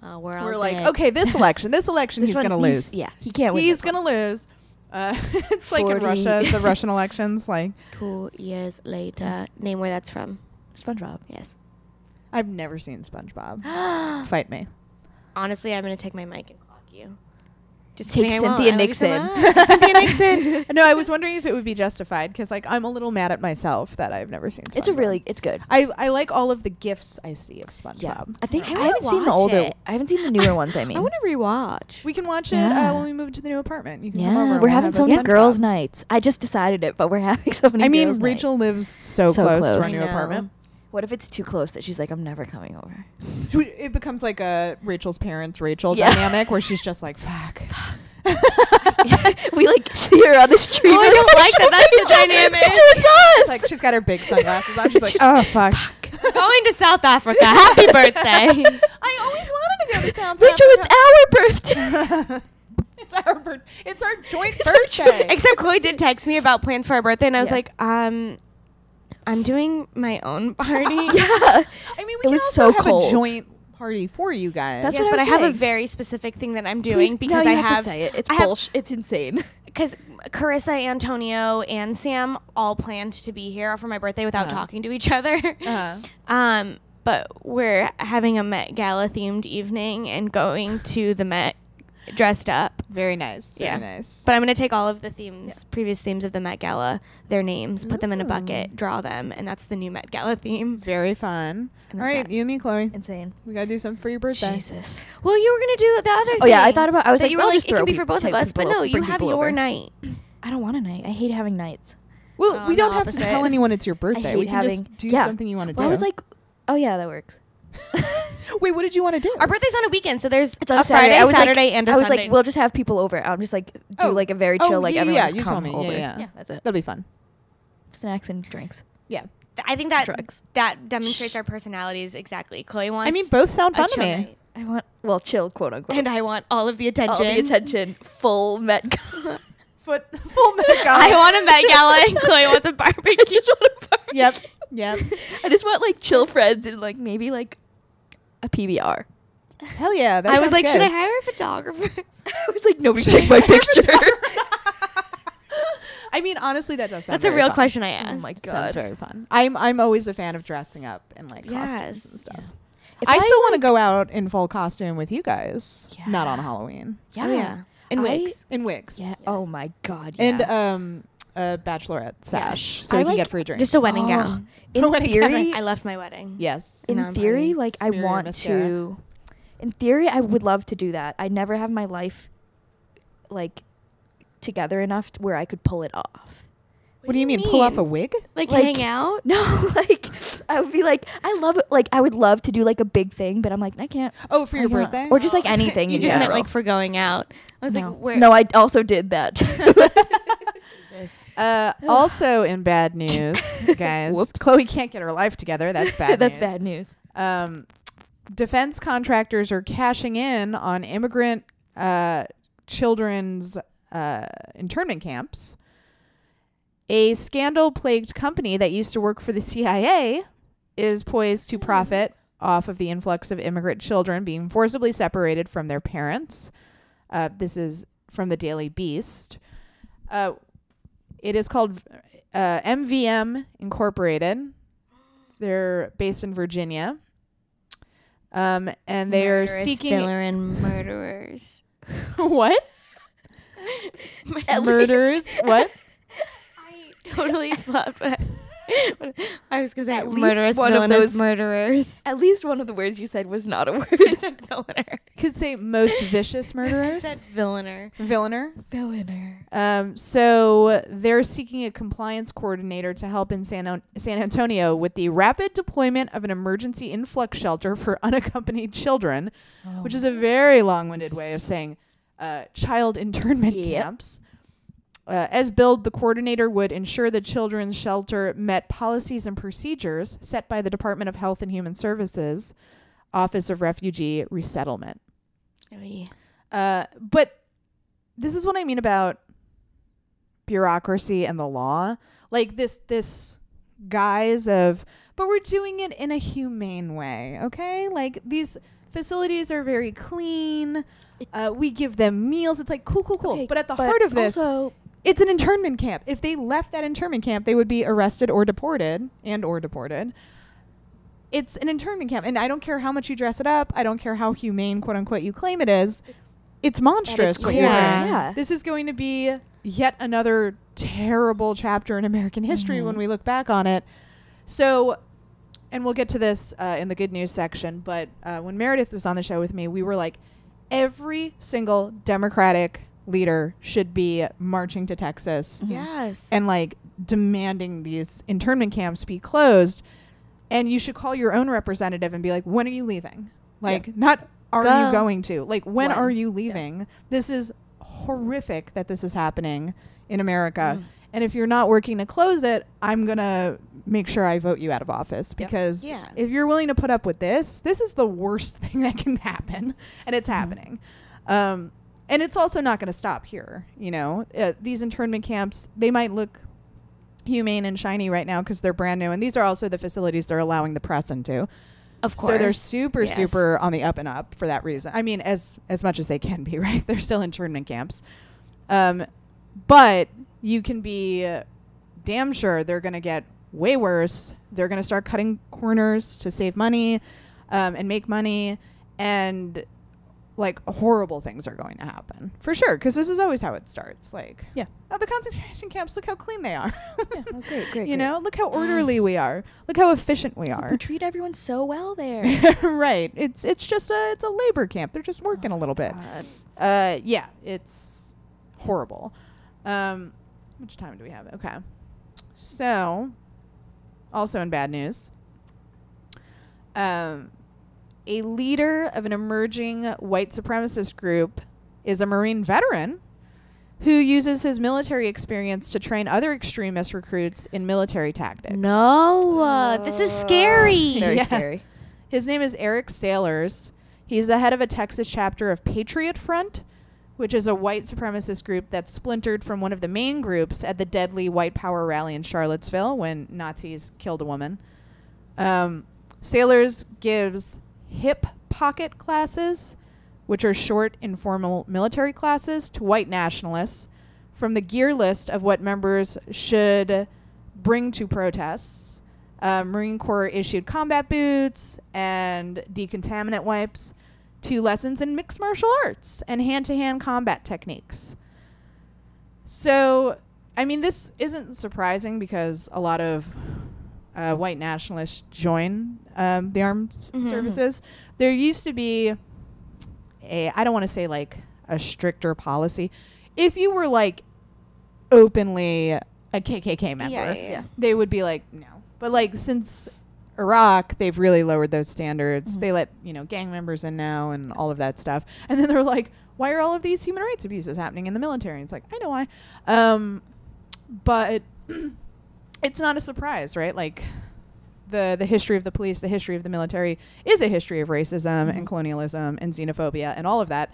C: Uh, we're all
A: we're like, okay, this election, this election, he's
B: one-
A: gonna lose.
B: Yeah. He can't win.
A: he's
B: this one.
A: gonna lose. Uh, it's like in
B: 40.
A: Russia, the Russian elections. Like,
C: Two years later.
B: Mm.
C: Name where that's from.
B: SpongeBob.
C: Yes.
A: I've never seen SpongeBob. Fight me.
C: Honestly, I'm going to take my mic and clock you. Just
B: Take
C: kidding, I won't.
B: Cynthia
C: I love you so
B: Nixon.
C: much. Cynthia Nixon.
A: no, I was wondering if it would be justified because like I'm a little mad at myself that I've never seen. SpongeBob.
B: It's a really it's good.
A: I I like all of the gifts I see of SpongeBob.
B: Yeah, I think I,
C: I wanna
B: haven't seen the
C: watch
B: older.
C: it.
B: I haven't seen the newer ones. I mean,
C: I want to rewatch.
A: We can watch
B: Yeah.
A: it uh, when we move to the new apartment. You can come over.
B: yeah,
A: and
B: we're
A: we'll
B: having
A: have
B: so
A: a
B: many
A: SpongeBob.
B: girls' nights. I just decided it, but we're having so many.
A: I mean,
B: girls'
A: Rachel
B: nights.
A: lives so,
B: So
A: close, to
B: close.
A: our
B: I
A: new
C: know.
A: apartment.
B: What if it's too close that she's like, I'm never coming over?
A: It becomes like a Rachel's parents Rachel
B: Yeah.
A: dynamic where she's just like, "Fuck."
B: we like see her on the street.
C: Oh, I
B: with
C: don't like
B: Rachel.
C: that. That's the dynamic.
B: It's us.
A: It's like she's got her big sunglasses on. She's like,
B: um,
A: "Oh fuck."
C: Going to South Africa. Happy birthday.
A: I always wanted to go to South
B: Rachel,
A: Africa.
B: it's our birthday.
A: it's our bir- it's our joint
B: It's our
A: birthday.
B: joint-
C: Except Chloe did text me about plans for our birthday, and I was
B: Yeah.
C: like, um, I'm doing my own party.
B: yeah.
A: I mean, we
B: It
A: can
B: was
A: also
B: so
A: have
B: cold.
A: a joint party for you guys.
B: That's
C: yes,
B: what
C: but
B: I
C: I,
B: was
C: have a
B: saying.
C: very specific thing that I'm
B: Please-
C: doing
B: no,
C: because
B: you
C: I
B: have,
C: have,
B: to say it. It's
C: I have-
B: bullsh. It's insane.
C: because Carissa, Antonio, and Sam all planned to be here for my birthday without
A: Uh-huh.
C: talking to each other.
A: Uh-huh.
C: Um, but we're having a Met Gala themed evening and going to the Met dressed up.
A: Very nice. Very
C: Yeah.
A: nice.
C: But I'm going to take all of the themes, previous themes of the Met Gala, their names, put them in a bucket, draw them, and that's the new Met Gala theme.
A: very fun. All
C: And that's
A: right,
C: that.
A: you and me, Chloe.
B: Insane.
A: We gotta do something for your birthday.
B: Jesus.
C: Well, you were going to do the other
B: Oh,
C: thing.
B: yeah, I thought about- I was
C: that
B: like,
C: you were
B: I'll
C: like,
B: just
C: it can
B: throw
C: be for both
B: type
C: of us, but
B: people-
C: no, you
B: bring
C: have
B: people
C: your
B: over.
C: night.
B: I don't want a night. I hate having nights.
A: Well,
C: Oh,
A: we
C: I'm
A: don't
C: the
A: have to
C: opposite.
A: tell anyone it's your birthday.
B: hate
A: We can
B: having-
A: just do
B: yeah.
A: something you want to
B: Well,
A: do.
B: I was like, oh yeah, that works.
A: wait, what did you want to do?
C: Our birthday's on a weekend, so there's
B: It's on
C: a Friday,
B: I was like-
C: Saturday, and a
B: I was
C: Sunday.
B: like, we'll just have people over. I'm just like, do
A: Oh.
B: like a very
A: Oh,
B: chill, like
A: yeah,
B: everyone
A: yeah,
B: just
A: you
B: come
A: told me. Yeah,
B: over.
A: yeah.
B: that's it.
A: That'll be fun.
B: Snacks and drinks.
A: Yeah.
C: I think that
B: drugs.
C: that demonstrates our personalities exactly. Chloe wants.
A: I mean, both sound
C: a
A: fun to
C: chill
A: me.
C: night,
B: I want well, chill, quote unquote.
C: and I want all of the attention.
B: all the attention, full Met Gala.
A: Foot full Met Gala.
C: I want a Met Gala, and Chloe wants a barbecue.
A: Yep. Yep.
B: I just want like chill friends and like maybe like a PBR.
A: Hell yeah. That
C: I was
A: sounds
C: like,
A: good.
C: should I hire a photographer?
B: I was like, nobody took my picture.
A: I mean, honestly, that does sound.
C: That's a
A: very
C: real
A: fun.
C: question I asked.
B: oh my
A: Sounds
B: god!
A: very fun. I'm I'm always a fan of dressing up and like costumes
C: Yes.
A: and stuff.
B: If
A: I, still want to go out in full costume with you guys, not on Halloween
B: Yeah.
C: Oh, yeah. In
B: I-
C: wigs.
A: in wigs.
B: Yeah. Oh my god. Yeah.
A: and um a bachelorette sash, so
B: I
A: we can
B: like
A: get free drinks.
C: Just a wedding
B: Oh,
C: gown.
B: in
A: Wedding
B: theory,
C: I left my wedding.
A: yes.
C: No,
B: in
C: I'm
B: theory,
C: fine.
B: like I
A: Smear your
B: want
A: mascara.
B: to. In theory, I would love to do that. I never have my life like together enough t- where I could pull it off.
A: What, do you mean? Pull off a wig?
C: like,
B: like-
C: hang out?
B: No, like I would be like, I love like I would love to do like a big thing, but I'm like I can't.
A: Oh, for
B: I
A: your
B: can't.
A: birthday?
B: or just like anything
C: you
B: in
C: just
B: general.
C: meant like for going out. I was
B: no.
C: like, where?
B: no, I also did that.
A: Uh, also in bad news, guys.
B: Whoops.
A: Chloe can't get her life together. That's bad.
B: That's
A: news.
B: bad news.
A: um, defense contractors are cashing in on immigrant uh, children's uh, internment camps. A scandal plagued company that used to work for the CIA is poised to profit off of the influx of immigrant children being forcibly separated from their parents. Uh, this is from the Daily Beast. Uh, it is called uh, MVM Incorporated. They're based in Virginia. Um, and they are
C: Murderous
A: seeking
C: filler and murderers.
A: what
B: At
A: murders?
B: least-
A: What?
C: I totally flubbed. What I, what I was gonna say
B: At least
C: murderous
B: one of
C: villainous
B: those-
C: murderers.
B: At least one of the words you said was not a
C: I
B: word.
C: said villainer.
A: Could say most vicious
C: I
A: murderers,
C: said villainer.
A: villainer.
B: Villainer.
A: Um, so they're seeking a compliance coordinator to help in San, An- San Antonio with the rapid deployment of an emergency influx shelter for unaccompanied children,
B: Oh,
A: which is a very long-winded way of saying uh, child internment
B: Yep.
A: camps. Uh, as billed, the coordinator would ensure the children's shelter met policies and procedures set by the Department of Health and Human Services Office of Refugee Resettlement.
C: Oy.
A: Uh, but this is what I mean about bureaucracy and the law. Like this this guise of but we're doing it in a humane way, okay? Like these facilities are very clean. Uh, we give them meals. It's like cool, cool, cool.
B: Okay,
A: but at the heart of this,
B: also,
A: it's an internment camp. If they left that internment camp, they would be arrested or deported and or deported. It's an internment camp, and I don't care how much you dress it up. I don't care how humane, quote unquote, you claim it is. it's monstrous what you're doing.
C: Yeah.
B: Yeah.
A: This is going to be yet another terrible chapter in American history when we look back on it. So, and we'll get to this uh, in the good news section, but uh, when Meredith was on the show with me, we were like, every single Democratic leader should be marching to Texas
C: Mm-hmm.
D: Yes.
A: and like demanding these internment camps be closed. And you should call your own representative and be like, when are you leaving? Like, not are
D: Go.
A: you going to? Like, when,
D: When?
A: are you leaving? This is horrific that this is happening in America. And if you're not working to close it, I'm going to make sure I vote you out of office because
D: Yeah.
A: if you're willing to put up with this, this is the worst thing that can happen. And
C: Mm-hmm.
A: it's happening. Um, and it's also not going to stop here. You know, uh, these internment camps, they might look humane and shiny right now because they're brand new. And these are also the facilities they're allowing the press into.
C: Of course.
A: So they're super,
D: Yes.
A: super on the up and up for that reason. I mean, as as much as they can be, right? They're still internment camps, um, but you can be damn sure they're going to get way worse. They're going to start cutting corners to save money um, and make money, and like horrible things are going to happen for sure. Because this is always how it starts. Like,
D: Yeah.
A: oh, the concentration camps. Look how clean they are.
B: oh, great, great.
A: you know, look how
D: Mm-hmm.
A: orderly we are. Look how efficient we are.
B: we treat everyone so well there.
A: right. It's it's just a it's a labor camp. They're just working a little
B: Oh,
A: bit. Uh, yeah, it's horrible. Um, how much time do we have? Okay. So, also in bad news, um, a leader of an emerging white supremacist group is a Marine veteran who uses his military experience to train other extremist recruits in military tactics.
C: no, uh, this is scary.
B: Oh. Very
A: Yeah.
B: scary.
A: His name is Eric Sailors. He's the head of a Texas chapter of Patriot Front, which is a white supremacist group that splintered from one of the main groups at the deadly white power rally in Charlottesville when Nazis killed a woman. Um, Sailors gives hip pocket classes, which are short, informal military classes, to white nationalists from the gear list of what members should bring to protests. Uh, Marine Corps issued combat boots and decontaminant wipes to lessons in mixed martial arts and hand to hand combat techniques. So, I mean, this isn't surprising because a lot of uh, white nationalists join um, the armed s- services. There used to be a, I don't want to say like a stricter policy. If you were like openly a KKK member,
C: yeah, yeah.
A: they would be like, no. But like since Iraq, they've really lowered those
C: Mm-hmm.
A: standards. They let you know gang members in now and all of that stuff. And then they're like, why are all of these human rights abuses happening in the military? And it's like, I know why. Um, but it's not a surprise, right? Like the the history of the police, the history of the military is a history of racism
B: Mm-hmm.
A: and colonialism and xenophobia and all of that.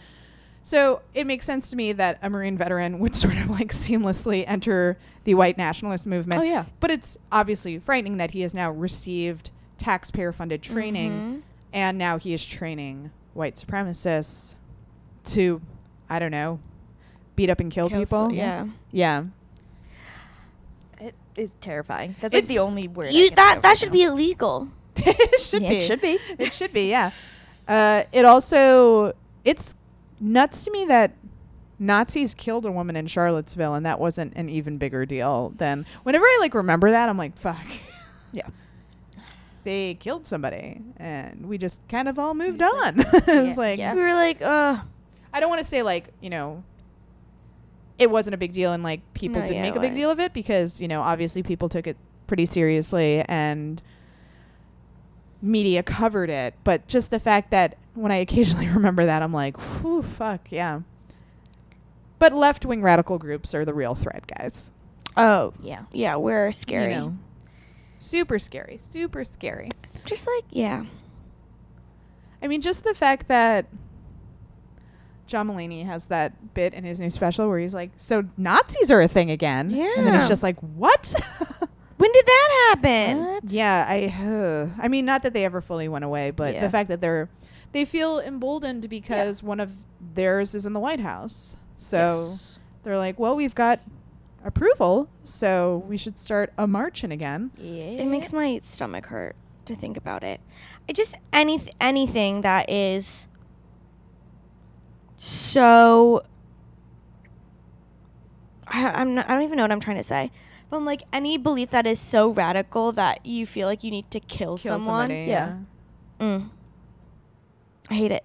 A: So it makes sense to me that a Marine veteran would sort of like seamlessly enter the white nationalist movement.
B: Oh, yeah.
A: But it's obviously frightening that he has now received taxpayer funded
B: Mm-hmm.
A: training and now he is training white supremacists to, I don't know, beat up and kill,
D: Kill
A: people.
D: so- Yeah.
A: Yeah.
B: It is terrifying. That's
A: like,
B: like
A: the
B: the
A: It's-
B: only word.
C: You that that should be illegal.
A: it should be.
B: It should be.
A: it should be yeah uh, it also it's nuts to me that nazis killed a woman in charlottesville and that wasn't an even bigger deal than whenever i like remember that i'm like fuck
B: Yeah.
A: they killed somebody and we just kind of all moved on
B: Yeah,
A: it's like
B: yeah.
C: We were like, uh,
A: i don't want to say like you know it wasn't a big deal and like people
C: No,
A: didn't
C: yeah,
A: make
C: it
A: a big deal
C: was.
A: of it because you know obviously people took it pretty seriously and media covered it but just the fact that when i occasionally remember that i'm like whew fuck yeah but left-wing radical groups are the real threat guys
D: Oh,
B: Yeah.
D: yeah. We're
A: You
D: scary.
A: know. super scary super scary
C: just like yeah,
A: I mean, just the fact that John Mulaney has that bit in his new special where he's like, "So Nazis are a thing again," and then it's
C: Yeah.
A: just like, "What?"
C: When did that happen?
A: yeah, I. Uh, I mean, not that they ever fully went away, but
B: Yeah.
A: the fact that they're they feel emboldened because one of theirs is in the White House, so they're like, "Well, we've got approval, so we should start a marching again."
B: Yeah.
C: It makes my stomach hurt to think about it. I just any anything that is so I, don't- I'm not, I don't even know what I'm trying to say. But I'm like any belief that is so radical that you feel like you need to kill,
A: Kill
C: someone.
A: somebody,
B: yeah.
C: Mm. I hate it.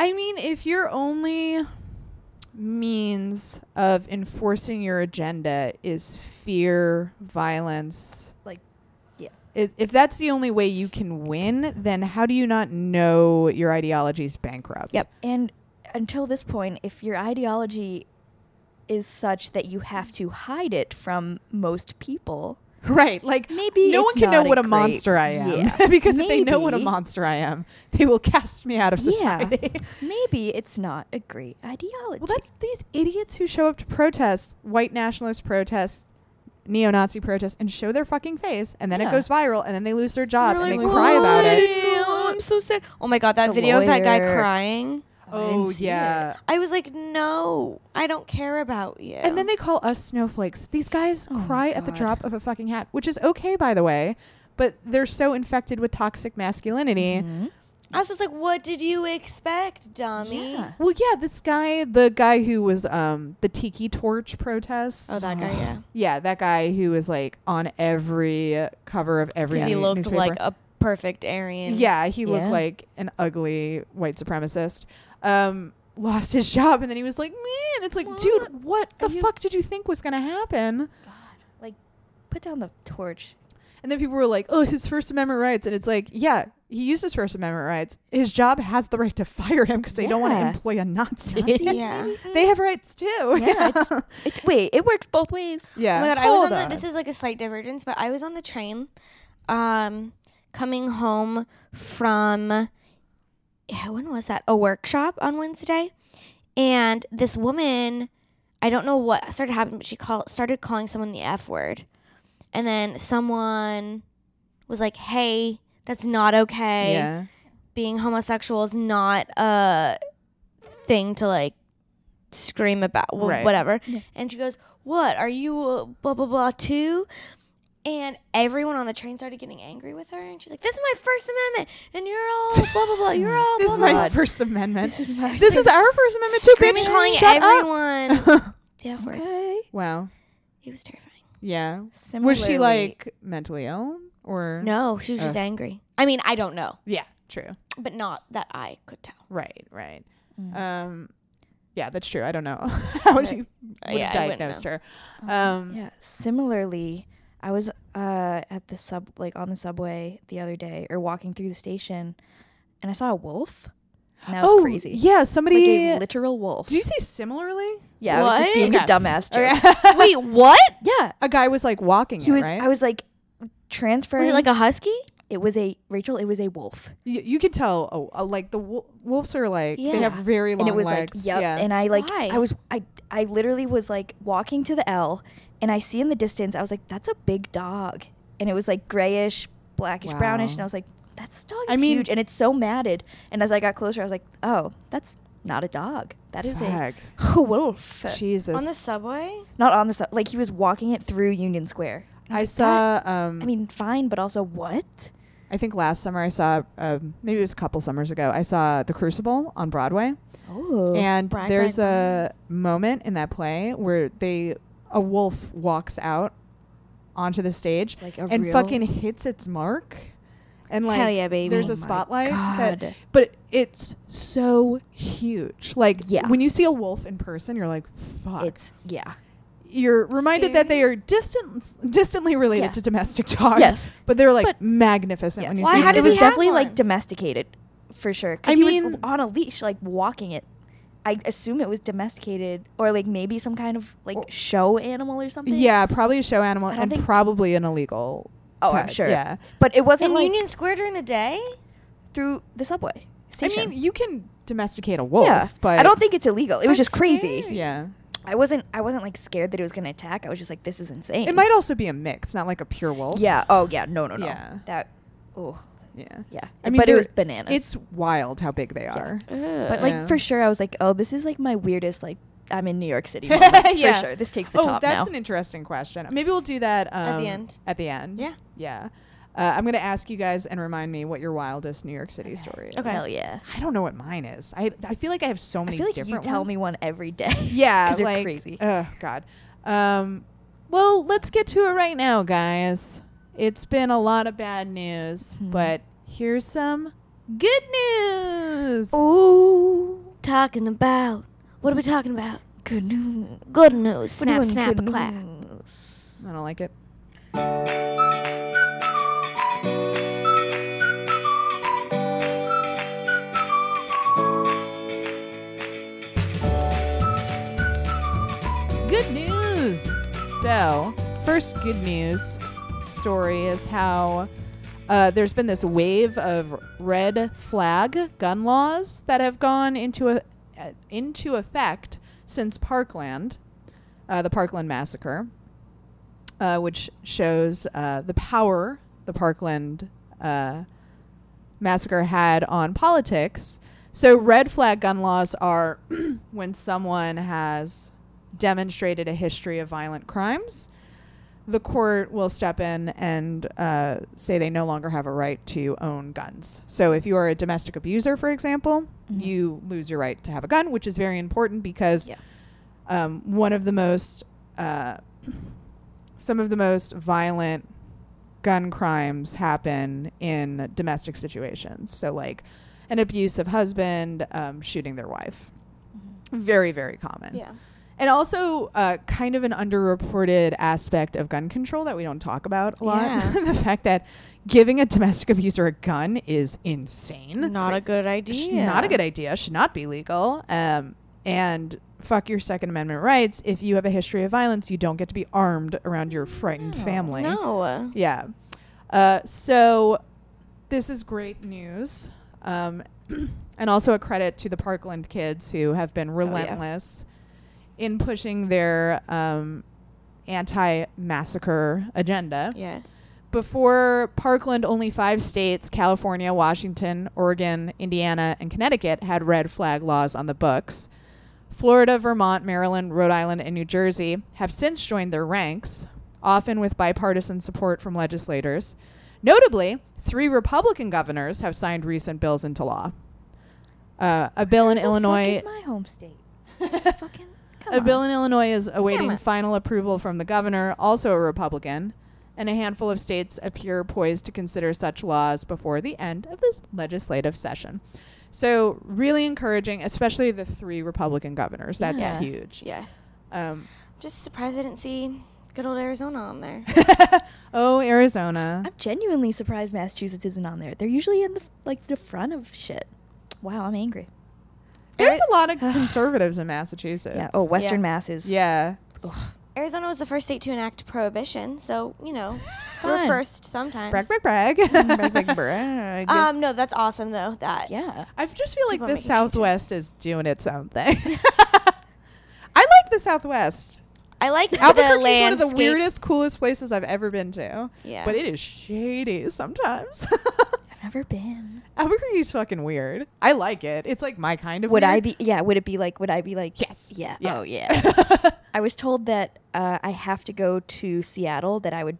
A: I mean, if your only means of enforcing your agenda is fear, violence,
B: Like, yeah.
A: If, if that's the only way you can win, then how do you not know your ideology's bankrupt?
C: Yep.
B: And until this point, if your ideology is such that you have to hide it from most people,
A: Right. Like
B: Maybe
A: no one
B: it's
A: can know
B: not a
A: what a
B: great-
A: monster I am.
B: Yeah.
A: because if they know what a
B: Maybe.
A: monster I am, they will cast me out of society.
B: maybe it's not a great ideology.
A: Well, that's these idiots who show up to protest, white nationalist protests, neo Nazi protests, and show their fucking face, and then it
B: Yeah.
A: goes viral, and then they lose their job
C: They're
A: and they
C: like,
A: cry about
C: "Oh, I
A: it.
C: didn't know. I'm so sad. Oh my god, that
B: The
C: video of that guy
B: lawyer.
C: crying.
B: I
A: Oh,
B: didn't see it.
C: I was like, no, I don't care about you.
A: And then they call us snowflakes. These guys
B: Oh my
A: cry at the
B: God.
A: drop of a fucking hat, which is okay, by the way, but they're so infected with toxic masculinity.
B: Mm-hmm.
C: I was just like, what did you expect, dummy?
B: Yeah.
A: Well, yeah, this guy, the guy who was um the tiki torch protest.
C: Oh, that guy, yeah.
A: Yeah, that guy who was like on every cover of every
C: Because he looked
A: newspaper.
C: like a perfect Aryan.
A: Yeah, he looked
B: Yeah.
A: like an ugly white supremacist. Um, lost his job, and then he was like, "Man, it's like, dude, what the
B: Are you-
A: fuck did you think was gonna happen?"
B: Put down the torch.
A: And then people were like, "Oh, his First Amendment rights," and it's like, yeah, he used his First Amendment rights. His job has the right to fire him because they don't want to
B: Yeah.
A: employ a Nazi.
B: Nazi?
C: Yeah.
A: they have rights too.
B: Yeah, it's, it, wait, it works both ways.
A: yeah.
C: Oh my god, I was on
A: Hold
C: the this is like a slight divergence, but I was on the train um coming home from yeah, when was that? A workshop on Wednesday. And this woman, I don't know what started happening, but she called started calling someone the F word. And then someone was like, "Hey, that's not okay.
A: Yeah.
C: Being homosexual is not a thing to like scream about, wh-
A: Right.
C: whatever."
B: Yeah.
C: And she goes, "What are you uh, blah blah blah too?" And everyone on the train started getting angry with her, and she's like, "This is my First Amendment, and you're all blah blah blah. You're all
A: This
C: blah
A: is
C: blah."
A: my
C: blah."
A: First Amendment.
B: is my
A: This is our First Amendment too,
C: Screaming,
A: bitch.
C: calling
A: Shut up.
C: everyone the F word.
B: okay.
A: wow.
C: It was terrifying.
A: Yeah.
B: Similarly,
A: Was she like mentally ill or
C: No, she was
A: Uh.
C: just angry. I mean, I don't know,
A: Yeah, true.
C: but not that I could tell.
A: Right, right.
B: Mm.
A: Um, yeah, that's true. I don't know how
B: Right.
A: she
C: Uh,
A: would
C: yeah,
A: have
C: I wouldn't
A: diagnosed her. Um,
B: Yeah. Similarly, I was uh, at the sub, like on the subway the other day, or walking through the station, and I saw a wolf. And that was crazy.
A: oh, Yeah,
B: Like
A: somebody.
B: a literal wolf.
A: did you say similarly?
B: yeah, I was
C: What?
B: just being
A: Okay.
B: a dumbass joke.
C: Wait, what?
B: Yeah,
A: a guy was like walking
B: he
A: it,
B: was.
A: right?
B: I was like transferring.
C: Was it like a husky?
B: it was a Rachel? It was a wolf,
A: you, you can tell, oh, uh, like the wo- wolves are like they have
C: Yeah.
A: very long
B: and it was
A: legs.
B: like yep.
A: yeah,
B: And I like
C: Why?
B: I was I I literally was like walking to the L, and I see in the distance I was like that's a big dog, and it was like grayish, blackish, brownish,
A: Wow.
B: and I was like that's dog is
A: I mean-
B: huge and it's so matted. And as I got closer, I was like oh that's not a dog. That is
A: Fuck.
B: a wolf.
A: Jesus.
C: On the subway?
B: not on the sub. Like he was walking it through Union Square. And
A: I
B: was like, that-
A: saw. Um,
B: I mean, fine, but also what?
A: I think last summer I saw. Um, maybe it was a couple summers ago. I saw The Crucible on Broadway.
B: Oh,
A: And
C: Bride,
A: there's a
C: bride,
A: moment in that play where they a wolf walks out onto the stage
B: Like a
A: and
B: real-
A: fucking hits its mark. And like
C: Hell yeah, baby.
A: there's
B: Oh
A: a
B: my
A: spotlight that
B: God.
A: but it's so huge. Like
B: Yeah.
A: when you see a wolf in person, you're like, fuck.
B: it's yeah.
A: you're reminded that they are distant distantly related
B: Yeah.
A: to domestic dogs.
B: Yes.
A: But they're like
B: But-
A: magnificent
B: Yeah.
A: when you
C: Why-
A: see
C: how
A: them.
C: did
B: it
A: It
C: we
B: was
A: was
C: have
B: definitely
C: one?
B: like domesticated for sure. 'Cause
A: I
B: he
A: mean-
B: was on a leash, like walking it. I assume it was domesticated or like maybe some kind of like
A: Well-
B: show animal or something.
A: yeah, probably a show animal
B: I don't
A: and
B: think-
A: probably an illegal.
B: Oh, I'm
A: pet.
B: sure.
A: Yeah.
B: But it wasn't
C: In
B: like
C: Union Square during the day?
B: through the subway
A: I
B: station.
A: mean, you can domesticate a wolf,
B: yeah.
A: but
B: I don't think it's illegal. It was
C: That's
B: just crazy.
C: scary.
A: Yeah,
B: I wasn't I wasn't like scared that it was going to attack. I was just like this is insane.
A: it might also be a mix, not like a pure wolf.
B: Yeah. Oh, yeah. No, no, no.
A: Yeah.
B: That oh,
A: yeah.
B: yeah.
A: I mean,
B: but it
A: they're-
B: was bananas.
A: It's wild how big they are.
B: But like
A: Yeah.
B: for sure, I was like, oh, this is like my weirdest. Like I'm in New York City. Moment,
A: Yeah.
B: For sure, this takes the
A: Oh,
B: top
A: that's
B: now.
A: an interesting question. Maybe we'll do that um,
C: the end.
A: At the end.
C: Yeah.
A: Yeah. Uh, I'm gonna ask you guys and remind me what your wildest New York City story is.
C: Okay.
B: Hell yeah.
A: I don't know what mine is. I I feel like I have so
B: I
A: many
B: feel like you
A: different
B: tell
A: ones.
B: me one every day.
A: Yeah,
B: 'Cause you're
A: like,
B: crazy.
A: Oh God. Um, well, let's get to it right now, guys. It's been a lot of bad news,
B: Hmm.
A: but here's some good news.
B: Ooh,
C: Talking about what are we talking about?
B: good news.
C: Good news. Snap,
B: Doing
C: snap,
B: good
C: clap.
B: news.
A: I don't like it. Good news! So, first good news story is how uh, there's been this wave of red flag gun laws that have gone into a, uh, into effect since Parkland, uh, the Parkland massacre uh, which shows uh, the power the Parkland uh, massacre had on politics. So, red flag gun laws are when someone has demonstrated a history of violent crimes, the court will step in and uh, say they no longer have a right to own guns. So, if you are a domestic abuser, for example, you lose your right to have a gun, which is very important because
B: Yeah.
A: um, one of the most uh, some of the most violent gun crimes happen in domestic situations. So, like an abusive husband um, shooting their wife. Very, very common. And also, uh, kind of an underreported aspect of gun control that we don't talk about a lot.
C: Yeah.
A: the fact that giving a domestic abuser a gun is insane
C: Not a good
A: sh-
C: idea.
A: Not a good idea. Should not be legal. Um, and fuck your Second Amendment rights. If you have a history of violence, you don't get to be armed around your frightened family.
C: No.
A: Yeah. Uh, so this is great news. Um, and also a credit to the Parkland kids who have been relentless in pushing their um, anti massacre agenda.
C: Yes.
A: Before Parkland, only five states California, Washington, Oregon, Indiana, and Connecticut had red flag laws on the books. Florida, Vermont, Maryland, Rhode Island, and New Jersey have since joined their ranks, often with bipartisan support from legislators. Notably, three Republican governors have signed recent bills into law. Uh, a bill in Illinois
B: Fuck is my home state. Fucking. Come
A: a
B: on.
A: bill in Illinois is awaiting
B: it.
A: final approval from the governor, also a Republican, and a handful of states appear poised to consider such laws before the end of this legislative session. So, really encouraging, especially the three Republican governors. That's
B: Yes.
A: huge.
C: Yes.
A: Um,
C: Just surprised I didn't see good old Arizona on there.
A: oh, Arizona.
B: I'm genuinely surprised Massachusetts isn't on there. They're usually in the f- like the front of shit. Wow, I'm angry.
A: There's a lot of conservatives in Massachusetts.
B: yeah. Oh, Western
C: Yeah.
B: Mass is.
A: Yeah.
C: Arizona was the first state to enact prohibition, so you know
B: Fun.
C: we're first sometimes.
A: Brag, brag, brag.
B: brag, brag, brag.
C: Um, no, that's awesome though. That
B: yeah.
A: I just feel like
C: People
A: the
C: making changes.
A: Southwest is doing its own thing. I like the Southwest.
C: I like the
A: Albuquerque is one
C: landscape.
A: of the weirdest, coolest places I've ever been to.
C: Yeah.
A: But it is shady sometimes.
B: I've never been.
A: Albuquerque's fucking weird. I like it. It's like my kind of.
B: Would I
A: weird.
B: be? Yeah. Would it be like? Would I be like?
A: Yes.
B: Yeah.
A: Yeah.
B: Oh yeah. I was told that uh, I have to go to Seattle. That I would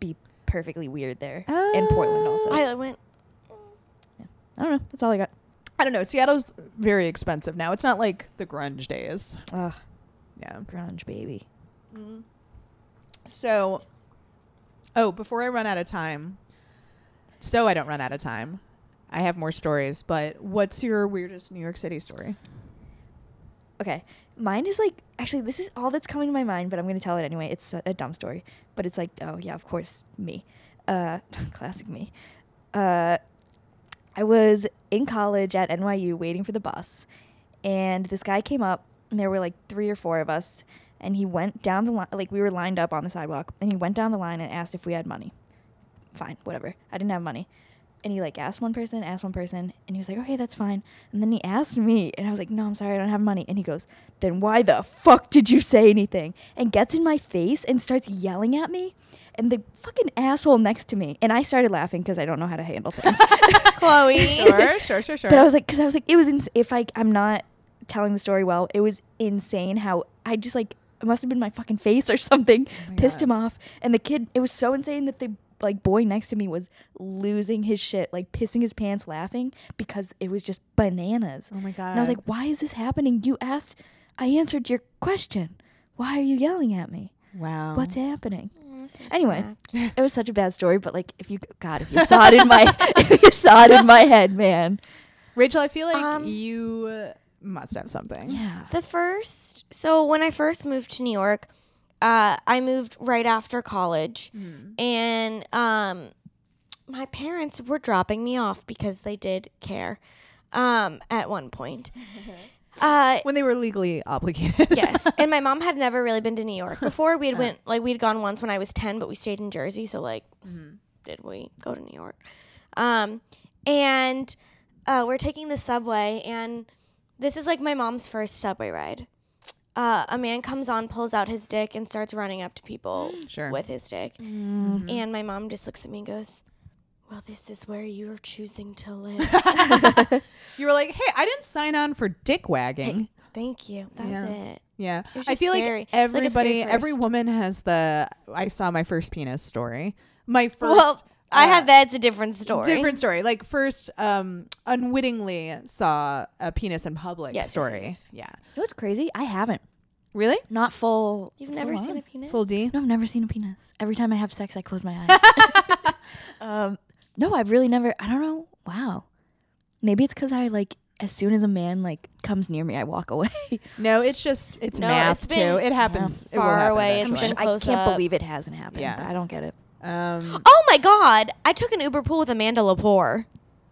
B: be perfectly weird there. and Portland also. I,
C: I went.
B: don't know. That's all I got.
A: I don't know. Seattle's very expensive now. It's not like the grunge days.
B: Ugh,
A: Yeah.
B: grunge baby.
A: So, oh, before I run out of time, so I don't run out of time, I have more stories. But what's your weirdest New York City story?
B: Okay. Mine is like actually this is all that's coming to my mind, but I'm gonna tell it anyway. It's a, a dumb story, but it's like oh yeah, of course me, uh, classic me. Uh, I was in college at NYU waiting for the bus, and this guy came up, and there were like three or four of us, and he went down the line like we were lined up on the sidewalk, and he went down the line and asked if we had money. Fine, whatever. I didn't have money. And he like asked one person, asked one person, and he was like, okay, that's fine. And then he asked me, and I was like, no, I'm sorry, I don't have money. And he goes, then why the fuck did you say anything? And gets in my face and starts yelling at me. And the fucking asshole next to me, and I started laughing because I don't know how to handle things.
C: Chloe.
A: Sure, sure, sure, sure.
B: But I was like, because I was like, it was ins- if I I'm not telling the story well, it was insane how I
A: Oh
B: just like it must have been my fucking face or something pissed him off, and the kid it was so insane that the like boy next to me was losing his shit, like pissing his pants laughing because it was just bananas.
A: Oh my god.
B: And I was like, "Why is this happening? You asked, I answered your question. Why are you yelling at me?
A: wow.
B: What's happening?"
C: Mm, it's just
B: Anyway.
C: smacked.
B: Um, It was such a bad story, but like if you God, if you saw it in my if you saw it in my head, man.
A: Rachel, I feel like
C: Um,
A: you uh, must have something.
B: Yeah.
C: The first, so when I first moved to New York, uh, I moved right after college, and um, my parents were dropping me off because they did care um, at one point. Uh,
A: When they were legally obligated.
C: yes, and my mom had never really been to New York before. We had went like we'd gone once when I was ten, but we stayed in Jersey. So like,
A: Mm-hmm.
C: did we go to New York? Um, and uh, we're taking the subway, and this is like my mom's first subway ride. Uh, a man comes on, pulls out his dick, and starts running up to people
A: Sure. Mm-hmm.
C: with his dick. And my mom just looks at me and goes, "Well, this is where you are choosing to live."
A: You were like, hey, I didn't sign on for dick wagging.
C: Thank you. That's
A: Yeah.
C: it.
A: Yeah.
C: was
A: I
C: just
A: feel
C: scary.
A: like
C: It's like a
A: everybody,
C: scary
A: every
C: first.
A: woman has the I saw my first penis story. My first.
C: well, I
A: uh,
C: have that's a different story.
A: Different story. Like first, um, unwittingly saw a penis in public
C: Yes, yes,
A: story.
C: yes.
A: Yeah.
B: You know what's crazy? I haven't.
A: Really?
B: Not full.
C: You've never seen a penis.
A: Full D.
B: No, I've never seen a penis. Every time I have sex, I close my eyes. um, no, I've really never. I don't know. Wow. Maybe it's because I like as soon as a man like comes near me, I walk away.
A: No, it's just it's
C: No,
A: math
C: it's
A: too.
C: been
A: It happens It will
C: far
A: happen
C: away. It's
B: I'm
A: eventually.
B: sh-
C: been
B: I
C: close
B: can't
C: up.
B: believe it hasn't happened.
A: Yeah.
B: I don't get it.
A: um,
C: Oh my god! I took an Uber pool with Amanda Lepore.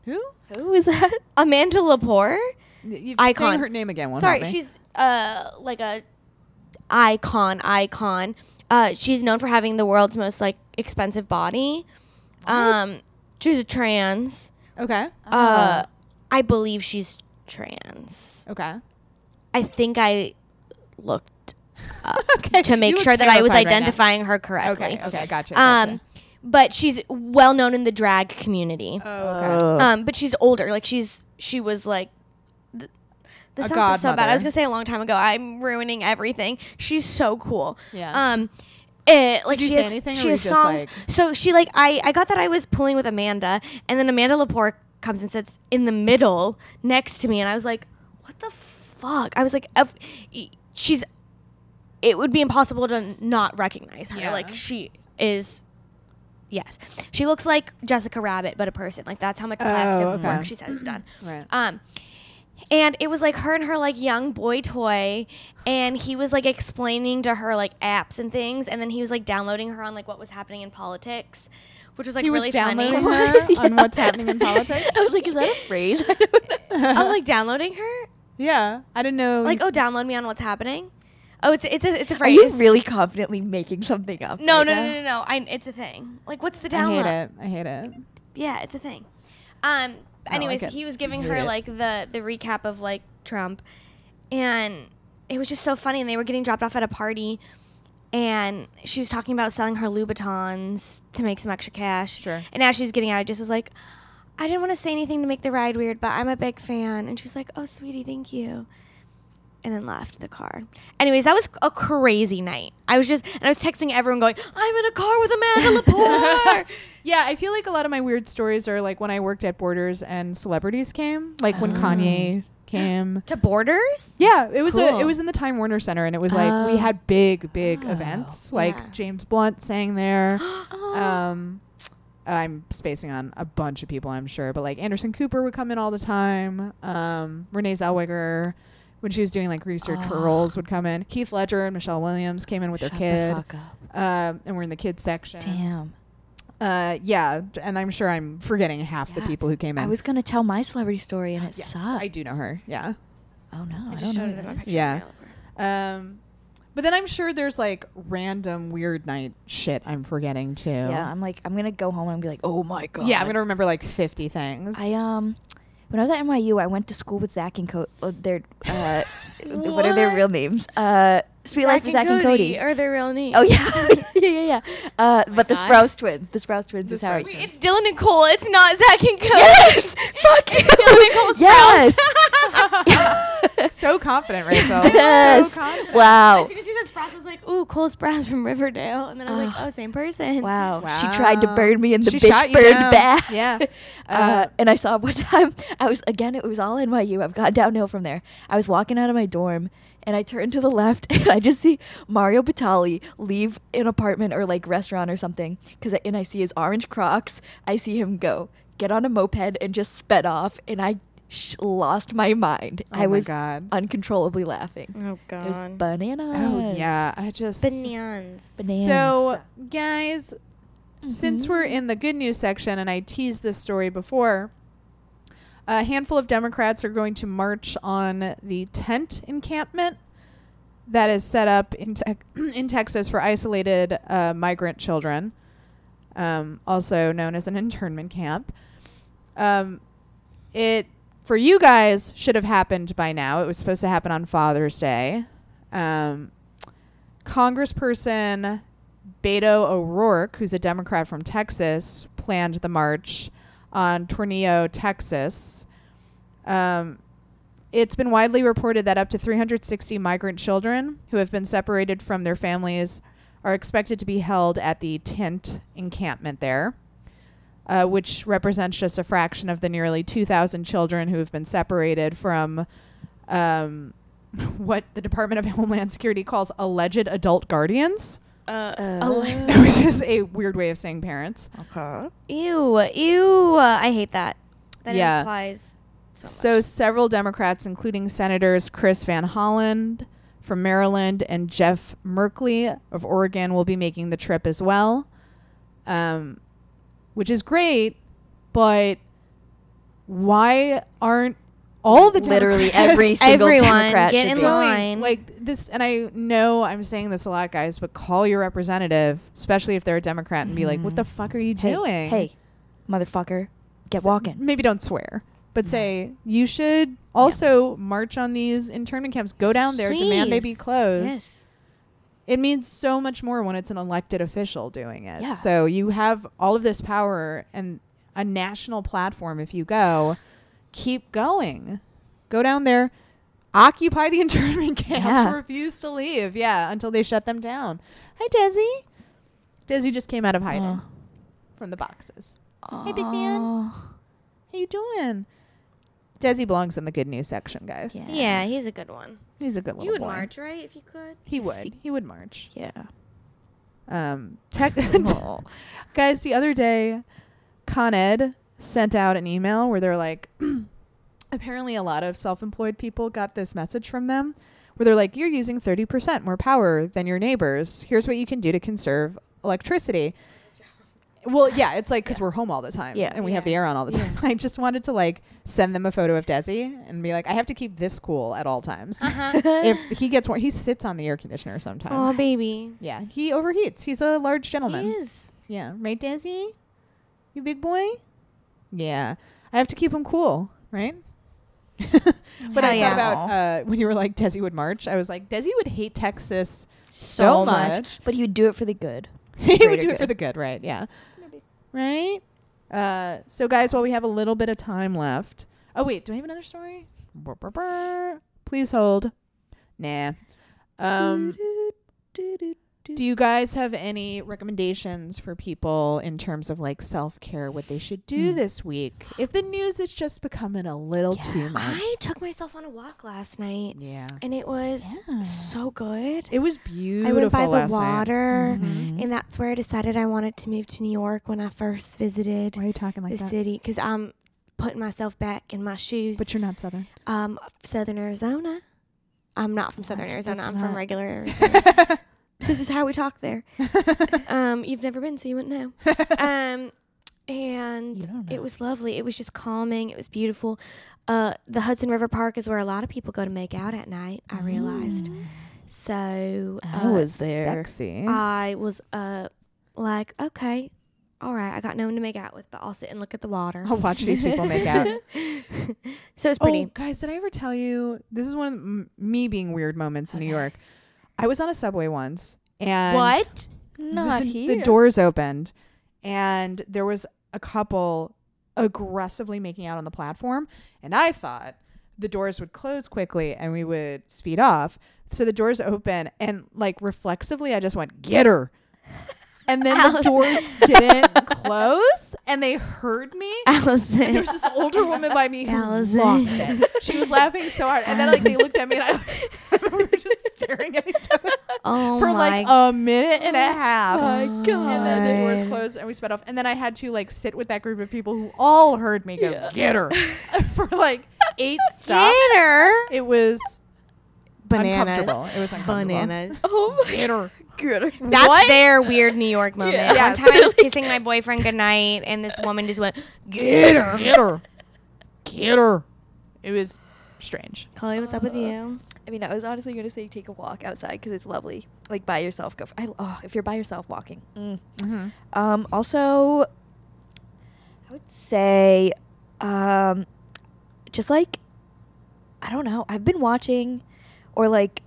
A: who?
B: Who is that?
C: Amanda Lepore?
A: You've
C: Icon.
A: saying her name again. Won't
C: Sorry,
A: help me.
C: she's uh like a icon. Icon. Uh, she's known for having the world's most like expensive body. Um, she's a trans.
A: okay. Uh-huh.
C: Uh, I believe she's trans.
A: Okay.
C: I think I looked
A: okay.
C: to make
A: You look
C: sure that I
A: terrified
C: was
A: right now.
C: identifying her correctly.
A: Okay. Okay. Gotcha.
C: Um,
A: gotcha.
C: but she's well known in the drag community.
A: Oh, okay.
C: Um, but she's older. Like she's she was like. th- This
A: A
C: sounds so bad. I
A: godmother.
C: was gonna say a long time ago. I'm ruining everything. She's so cool.
A: Yeah.
C: Um, it, like
A: you
C: she
A: say
C: has
A: anything, or
C: she
A: were you
C: has
A: just
C: songs.
A: like-
C: so she like I I got that I was pulling with Amanda, and then Amanda Lepore comes and sits in the middle next to me, and I was like, what the fuck? I was like, if, she's. It would be impossible to not recognize her.
A: Yeah.
C: Like she is Yes. She looks like Jessica Rabbit, but a person. Like that's how much plastic
A: Oh, okay. Mm-hmm.
C: work she's has done.
A: Right.
C: Um, and it was like her and her like young boy toy, and he was like explaining to her like apps and things, and then he was like downloading her on like what was happening in politics, which was like
A: he
C: really
A: was downloading
C: funny.
A: her on what's happening in politics.
B: I was like, is that a phrase? I don't know.
C: oh, like downloading her?
A: Yeah, I didn't know.
C: Like oh, download me on what's happening. Oh, it's it's a it's a
B: Are
C: phrase.
B: you really confidently making something up?
C: no,
B: right
C: no,
B: now?
C: no, no, no, no. I, it's a thing. Like what's the
A: I
C: download?
A: hate it. I hate it.
C: Yeah, it's a thing. Um. Anyways,
A: like it.
C: he was giving her
A: it.
C: like the the recap of like Trump, and it was just so funny. And they were getting dropped off at a party, and she was talking about selling her Louboutins to make some extra cash.
A: Sure.
C: And as she was getting out, I just was like, I didn't want to say anything to make the ride weird, but I'm a big fan. And she was like, Oh, sweetie, thank you. And then left the car. Anyways, that was a crazy night. I was just and I was texting everyone going, I'm in a car with Amanda Lepore.
A: Yeah, I feel like a lot of my weird stories are like when I worked at Borders and celebrities came, like
C: Oh.
A: when Kanye came.
C: to Borders.
A: Yeah, it was a,
B: Cool.
A: it was in the Time Warner Center, and it was like we
B: Oh. Ah,
A: had big, big events. Like
C: Yeah.
A: James Blunt sang there. um, I'm spacing on a bunch of people, I'm sure, but like Anderson Cooper would come in all the time. Um, Renee Zellweger, when she was doing like research for roles, would come in. Heath Ledger and Michelle Williams came in with
B: Ah. Shut
A: their kid,
B: the fuck up.
A: Um, and we're in the kids section.
B: Damn.
A: Uh, yeah, d- and I'm sure I'm forgetting half the
B: Yeah.
A: people who came in.
B: I was gonna tell my celebrity story and it
A: yes,
B: sucked.
A: I do know her. Yeah.
B: oh no, I,
C: I
B: don't
C: just
B: know.
C: showed
B: who
C: them a
B: that is.
C: picture.
A: Yeah.
C: of Lepore.
A: Um, but then I'm sure there's like random weird night shit I'm forgetting too.
B: Yeah, I'm like, I'm gonna go home and be like, oh my god.
A: Yeah, I'm gonna remember like 50 things.
B: I um, when I was at NYU, I went to school with Zach and Co. uh, Their uh, what are their
C: What?
B: real names? Uh, Sweet Life of Zach and Cody.
C: are their real names.
B: Oh yeah, yeah, yeah, yeah. Uh, but the
C: God.
B: Sprouse twins. The Sprouse twins is how. I-
C: Wait, it's Dylan and Cole. It's not Zach and Cody.
B: Yes, fuck you. Yes,
A: so confident, Rachel.
B: yes.
A: So confident.
B: Wow. Oh.
C: as soon as you said Sprouse, I was like, ooh, ooh, Cole's Brows from Riverdale, and then I was like, oh, same person.
B: Wow. She tried to burn me in the
A: She shot
B: bitch
A: you
B: bird
A: down.
B: bath.
A: Yeah.
B: Uh, and I saw one time, I was, again, it was all NYU. I've gone downhill from there. I was walking out of my dorm and I turned to the left and I just see Mario Batali leave an apartment or like restaurant or something. Cause I, and I see his orange Crocs. I see him go, get on a moped and just sped off. And I sh- lost my mind.
A: Oh
B: I
A: my
B: was
A: God.
B: uncontrollably laughing.
C: Oh
B: It was
C: God.
B: bananas.
A: Oh yeah, I just
C: Bananas.
B: Bananas.
A: So, guys, since we're in the good news section, and I teased this story before, a handful of Democrats are going to march on the tent encampment that is set up in, Tex in Texas for isolated uh, migrant children, um, also known as an internment camp. Um, it for you guys should have happened by now. It was supposed to happen on Father's Day. Um, Congressperson Beto O'Rourke, who's a Democrat from Texas, planned the march on Tornillo, Texas. Um, it's been widely reported that up to 360 migrant children who have been separated from their families are expected to be held at the tent encampment there, uh, which represents just a fraction of the nearly 2,000 children who have been separated from um, what the Department of Homeland Security calls alleged adult guardians.
C: Uh,
B: Oh.
A: That was just a weird way of saying parents.
B: Okay.
C: ew, ew. Uh, I hate that. That
A: Yeah.
C: implies so much.
A: So several Democrats, including Senators Chris Van Hollen from Maryland and Jeff Merkley of Oregon, will be making the trip as well, um, which is great. But why aren't all the
B: Literally
A: Democrats
B: every single
C: Everyone,
B: Democrat
C: get
B: should
C: in
B: be.
C: line.
A: going like this? And I know I'm saying this a lot, guys, but call your representative, especially if they're a Democrat, and be like, "What the
C: Mm-hmm.
A: fuck are you
B: Hey,
A: doing?"
B: Hey, motherfucker, get walking.
A: maybe don't swear, but say you should also march on these internment camps. Go down there, demand they be
C: Please.
A: closed.
C: Yes.
A: It means so much more when it's an elected official doing it.
B: Yeah.
A: So you have all of this power and a national platform if you go. Keep going. Go down there. Occupy the internment camps.
B: Yeah.
A: Refuse to leave. Yeah, until they shut them down. Hi, Desi. Desi just came out of hiding
B: Aw.
A: from the boxes. Hey, big man. How you doing? Desi belongs in the good news section, guys.
B: Yeah.
C: Yeah, he's a good one.
A: He's a good little
C: You would
A: boy.
C: march, right? If you could.
A: He would. He would march.
B: Yeah.
A: Um, tech guys, the other day, Con Ed sent out an email where they're like, apparently a lot of self-employed people got this message from them where they're like, you're using 30% more power than your neighbors. Here's what you can do to conserve electricity. Well, yeah, it's like because we're home all the time,
B: Yeah.
A: and we have the air on all the time. I just wanted to like send them a photo of Desi and be like, I have to keep this cool at all times.
B: Uh-huh.
A: if he gets warm, he sits on the air conditioner sometimes.
C: Oh, baby.
A: Yeah, he overheats. He's a large gentleman.
C: He is.
A: Yeah, right, Desi? You big boy? Yeah, I have to keep him cool, right? but I
C: Hell yeah.
A: thought about uh, when you were like Desi would march. I was like Desi would hate Texas so,
B: So
A: much.
B: But you do it for the good.
A: he would
B: Greater
A: do it
B: good.
A: for the good, right? Yeah, right. Uh, so guys, while we have a little bit of time left, oh wait, do I have another story? Brr, brr, brr. Please hold. Nah. Um, do you guys have any recommendations for people in terms of like self care, what they should
C: Mm.
A: do this week? If the news is just becoming a little too much.
C: I took myself on a walk last night,
A: Yeah.
C: and it was
B: Yeah.
C: so good.
A: It was beautiful.
C: I went by
A: last
C: the
A: night.
C: water,
B: Mm-hmm.
A: Mm-hmm.
C: and that's where I decided I wanted to move to New York when I first visited
A: Why are you talking like
C: the
A: that?
C: city. Because I'm putting myself back in my shoes.
A: But you're not Southern.
C: um, Southern Arizona. I'm not from Southern
B: That's-
C: Arizona.
B: that's
C: I'm from
B: not-
C: regular Arizona. this is how we talk there. um, you've never been, so you wouldn't know. Um,
B: You
C: and
B: don't know.
C: it was lovely. It was just calming. It was beautiful. Uh, the Hudson River Park is where a lot of people go to make out at night. I
A: Mm.
C: realized. So
B: I
C: uh,
B: was there.
A: Sexy.
C: I was uh, like, okay, all right. I got no one to make out with, but I'll sit and look at the water.
A: I'll watch these people make out.
C: So it's pretty.
A: Oh, guys, did I ever tell you? This is one of the, m- me being weird moments in New York. I was on a subway once, and
C: what?
B: Not
A: the,
B: here.
A: The doors opened, and there was a couple aggressively making out on the platform, and I thought the doors would close quickly and we would speed off. So the doors open and like reflexively I just went, "Get her." And then the
C: Alice.
A: doors didn't close and they heard me. And there
C: Allison.
A: was this older woman by me who
C: Allison.
A: lost it. She was laughing so hard. And then like they looked at me and I we were just staring at each other
C: Oh
A: for
C: my
A: like a minute and a half.
B: my
A: And then the doors
B: God.
A: closed and we sped off. And then I had to like sit with that group of people who all heard me go, get her for like eight stops.
C: Gator.
A: It was
C: Bananas.
A: uncomfortable. It was uncomfortable.
D: Bananas.
B: Oh
A: Get her.
B: good.
C: That's
A: What?
C: their weird New York moment.
A: Yes.
C: One time I was kissing my boyfriend goodnight, and this woman just went,
A: Get her. Get her. Get her. It was strange.
C: Chloe, what's up with you?
B: I mean, I was honestly going to say take a walk outside because it's lovely. Like by yourself, go. For, I, oh, if you're by yourself walking. Mm. Um, also, I would say, um, just like, I don't know. I've been watching, or like,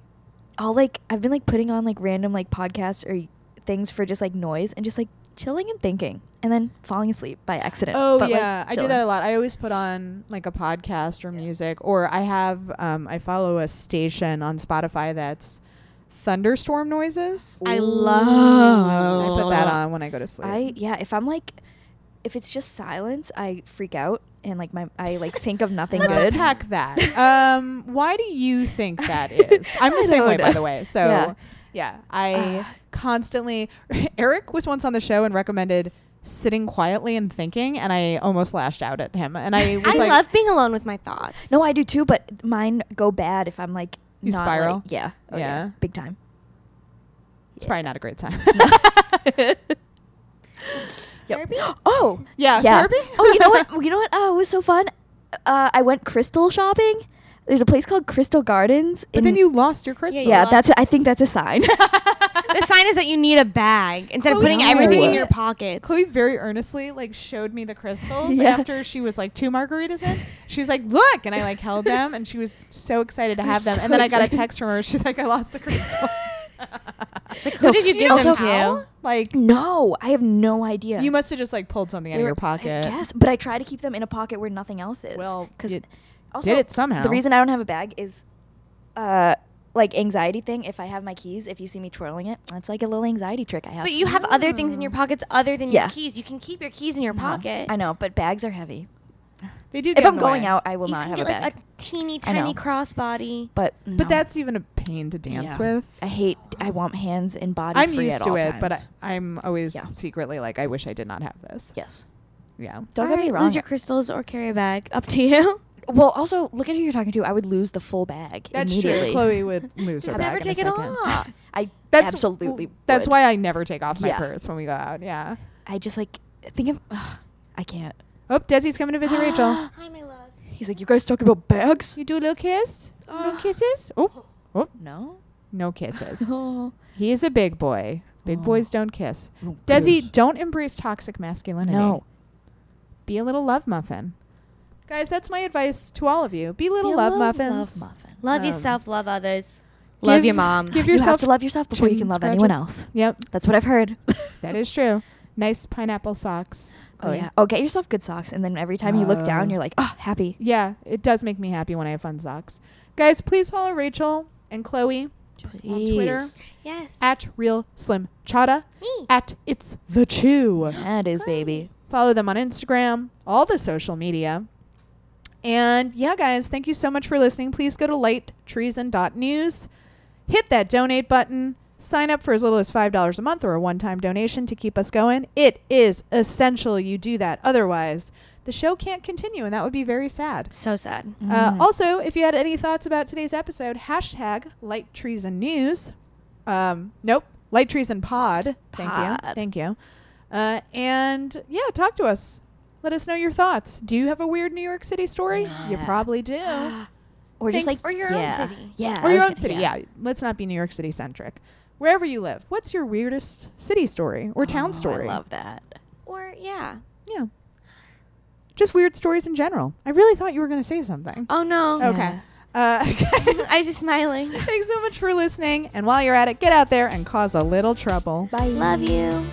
B: I'll like, I've been like putting on like random like podcasts or things for just like noise and just like chilling and thinking, and then falling asleep by accident.
A: Oh
B: but, like,
A: yeah, I do
B: chilling.
A: that a lot. I always put on like a podcast or music, or I have um, I follow a station on Spotify that's thunderstorm noises.
C: I
B: Ooh.
A: I
C: love.
A: put that on when I go to sleep.
B: I yeah, if I'm like if it's just silence, I freak out and like my I like think of nothing
A: Let's
B: good.
A: attack that. Um, why do you think that is? I'm the
B: I
A: same way,
B: don't
A: by
B: know.
A: the way. So yeah,
B: Yeah. Uh,
A: I constantly. Eric was once on the show and recommended sitting quietly and thinking, and I almost lashed out at him. And I was
C: I
A: like,
C: love being alone with my thoughts.
B: No, I do too, but mine go bad if I'm like
A: You
B: not
A: spiral?
B: like- yeah. Oh,
A: Yeah.
B: Big time.
A: it's probably not a great time.
B: Yep. Oh.
A: yeah,
B: yeah.
A: therapy.
B: oh, you know what? You know what? Oh, it was so fun. Uh, I went crystal shopping. There's a place called Crystal Gardens.
A: But
B: in-
A: then you lost your crystal.
B: yeah,
C: lost
B: that's. I think that's a sign.
C: the sign is that you need a bag instead of putting
A: Chloe,
C: everything in
B: no.
C: your pockets.
A: Chloe very earnestly like showed me the crystals
B: Yeah.
A: after she was like two margaritas in. She was like, "Look," and I like held them, and she was so excited to have them. and then I got a text from her. She's like, "I lost the crystals."
C: Who did you
A: Do
C: give
A: know
C: them
A: how?
C: to?
A: Like
B: no, I have no idea.
A: you must have just like pulled something out
B: They
A: of
B: were-
A: your pocket.
B: I guess, but I try to keep them in a pocket where nothing else is.
A: Well,
B: because
A: you Did it somehow?
B: The reason I don't have a bag is, uh, like anxiety thing. If I have my keys, if you see me twirling it, that's like a little anxiety trick I have.
C: But you have other things in your pockets other than
B: Yeah.
C: your keys. You can keep your keys in your pocket.
B: I know, but bags are heavy.
A: they do.
B: if I'm going out, I will
C: you
B: not
C: can
B: have
C: get
B: a bag.
C: like a teeny
B: I know.
C: tiny crossbody.
B: but
A: but
B: no.
A: that's even a pain to dance
B: Yeah.
A: with.
B: I hate. I want hands and body.
A: I'm
B: free
A: used
B: at
A: to
B: all
A: it, but
B: times.
A: I, I'm always
B: Yeah.
A: secretly like, I wish I did not have this.
B: yes.
A: Yeah.
B: Don't get me wrong.
C: Lose your crystals or carry a bag. Up to you.
B: well, also look at who you're talking to. I would lose the full bag
A: That's true.
B: immediately.
A: Chloe would lose her
C: Just
A: bag
C: never
A: in a
C: take it
A: second.
C: off.
B: I
A: That's
B: absolutely.
A: That's
B: would.
A: why I never take off my
B: Yeah.
A: purse when we go out. Yeah.
B: I just like think of. ugh, I can't.
A: Oh, Desi's coming to visit Rachel.
C: Hi, my love.
B: He's like, you guys talking about bags?
A: You do a little kiss? no kisses? Oh, oh,
B: No.
A: no kisses.
B: Oh.
A: he is a big boy. Big
B: Oh.
A: boys don't kiss.
B: Don't
A: Desi,
B: kiss.
A: don't embrace toxic masculinity.
B: No.
A: Be a little love muffin. Guys, that's my advice to all of you. Be little love muffins.
B: Love muffin.
C: Love
A: Um,
C: yourself. Love others. Love
A: Give-
C: your mom.
A: Give
B: You have
A: yourself
B: to love yourself before you
A: chin
B: can love anyone
A: scratches.
B: else.
A: Yep,
B: That's what I've heard.
A: that is true. Nice pineapple socks.
B: Oh
A: Chloe.
B: yeah. Oh, get yourself good socks, and then every time you look
A: Oh.
B: down, you're like, oh, happy.
A: Yeah, it does make me happy when I have fun socks. Guys, please follow Rachel and Chloe on Twitter
B: Please.
C: yes.
A: at Real Slim Chata
C: Me.
A: at It's the Chew.
B: That is baby.
A: Follow them on Instagram, all the social media. And yeah, guys, thank you so much for listening. Please go to lighttreason.news, hit that donate button, sign up for as little as $5 a month or a one time donation to keep us going. It is essential you do that. Otherwise, the show can't continue, and that would be very sad.
C: So sad.
B: Mm.
A: Uh, also, if you had any thoughts about today's episode, hashtag Light Treason News. Um, nope, Light Treason Pod. Thank you.
B: Pod.
A: Thank you. Uh, and yeah, talk to us. Let us know your thoughts. Do you have a weird New York City story? You
B: Yeah.
A: probably do.
B: Or just
A: Thanks.
B: like
C: Or your own
B: yeah.
C: city.
B: Yeah.
A: or
B: I
A: your
B: was
A: own
B: gonna-
A: city. Yeah. Let's not be New York City centric. Wherever you live, what's your weirdest city story or town
B: Oh,
A: story?
B: I love that.
C: Or yeah.
A: Yeah. Just weird stories in general. I really thought you were going to say something.
C: Oh no.
B: Yeah.
A: Okay. Uh, guys,
C: I was just smiling.
A: Thanks so much for listening. And while you're at it, get out there and cause a little trouble.
B: Bye.
C: Love you.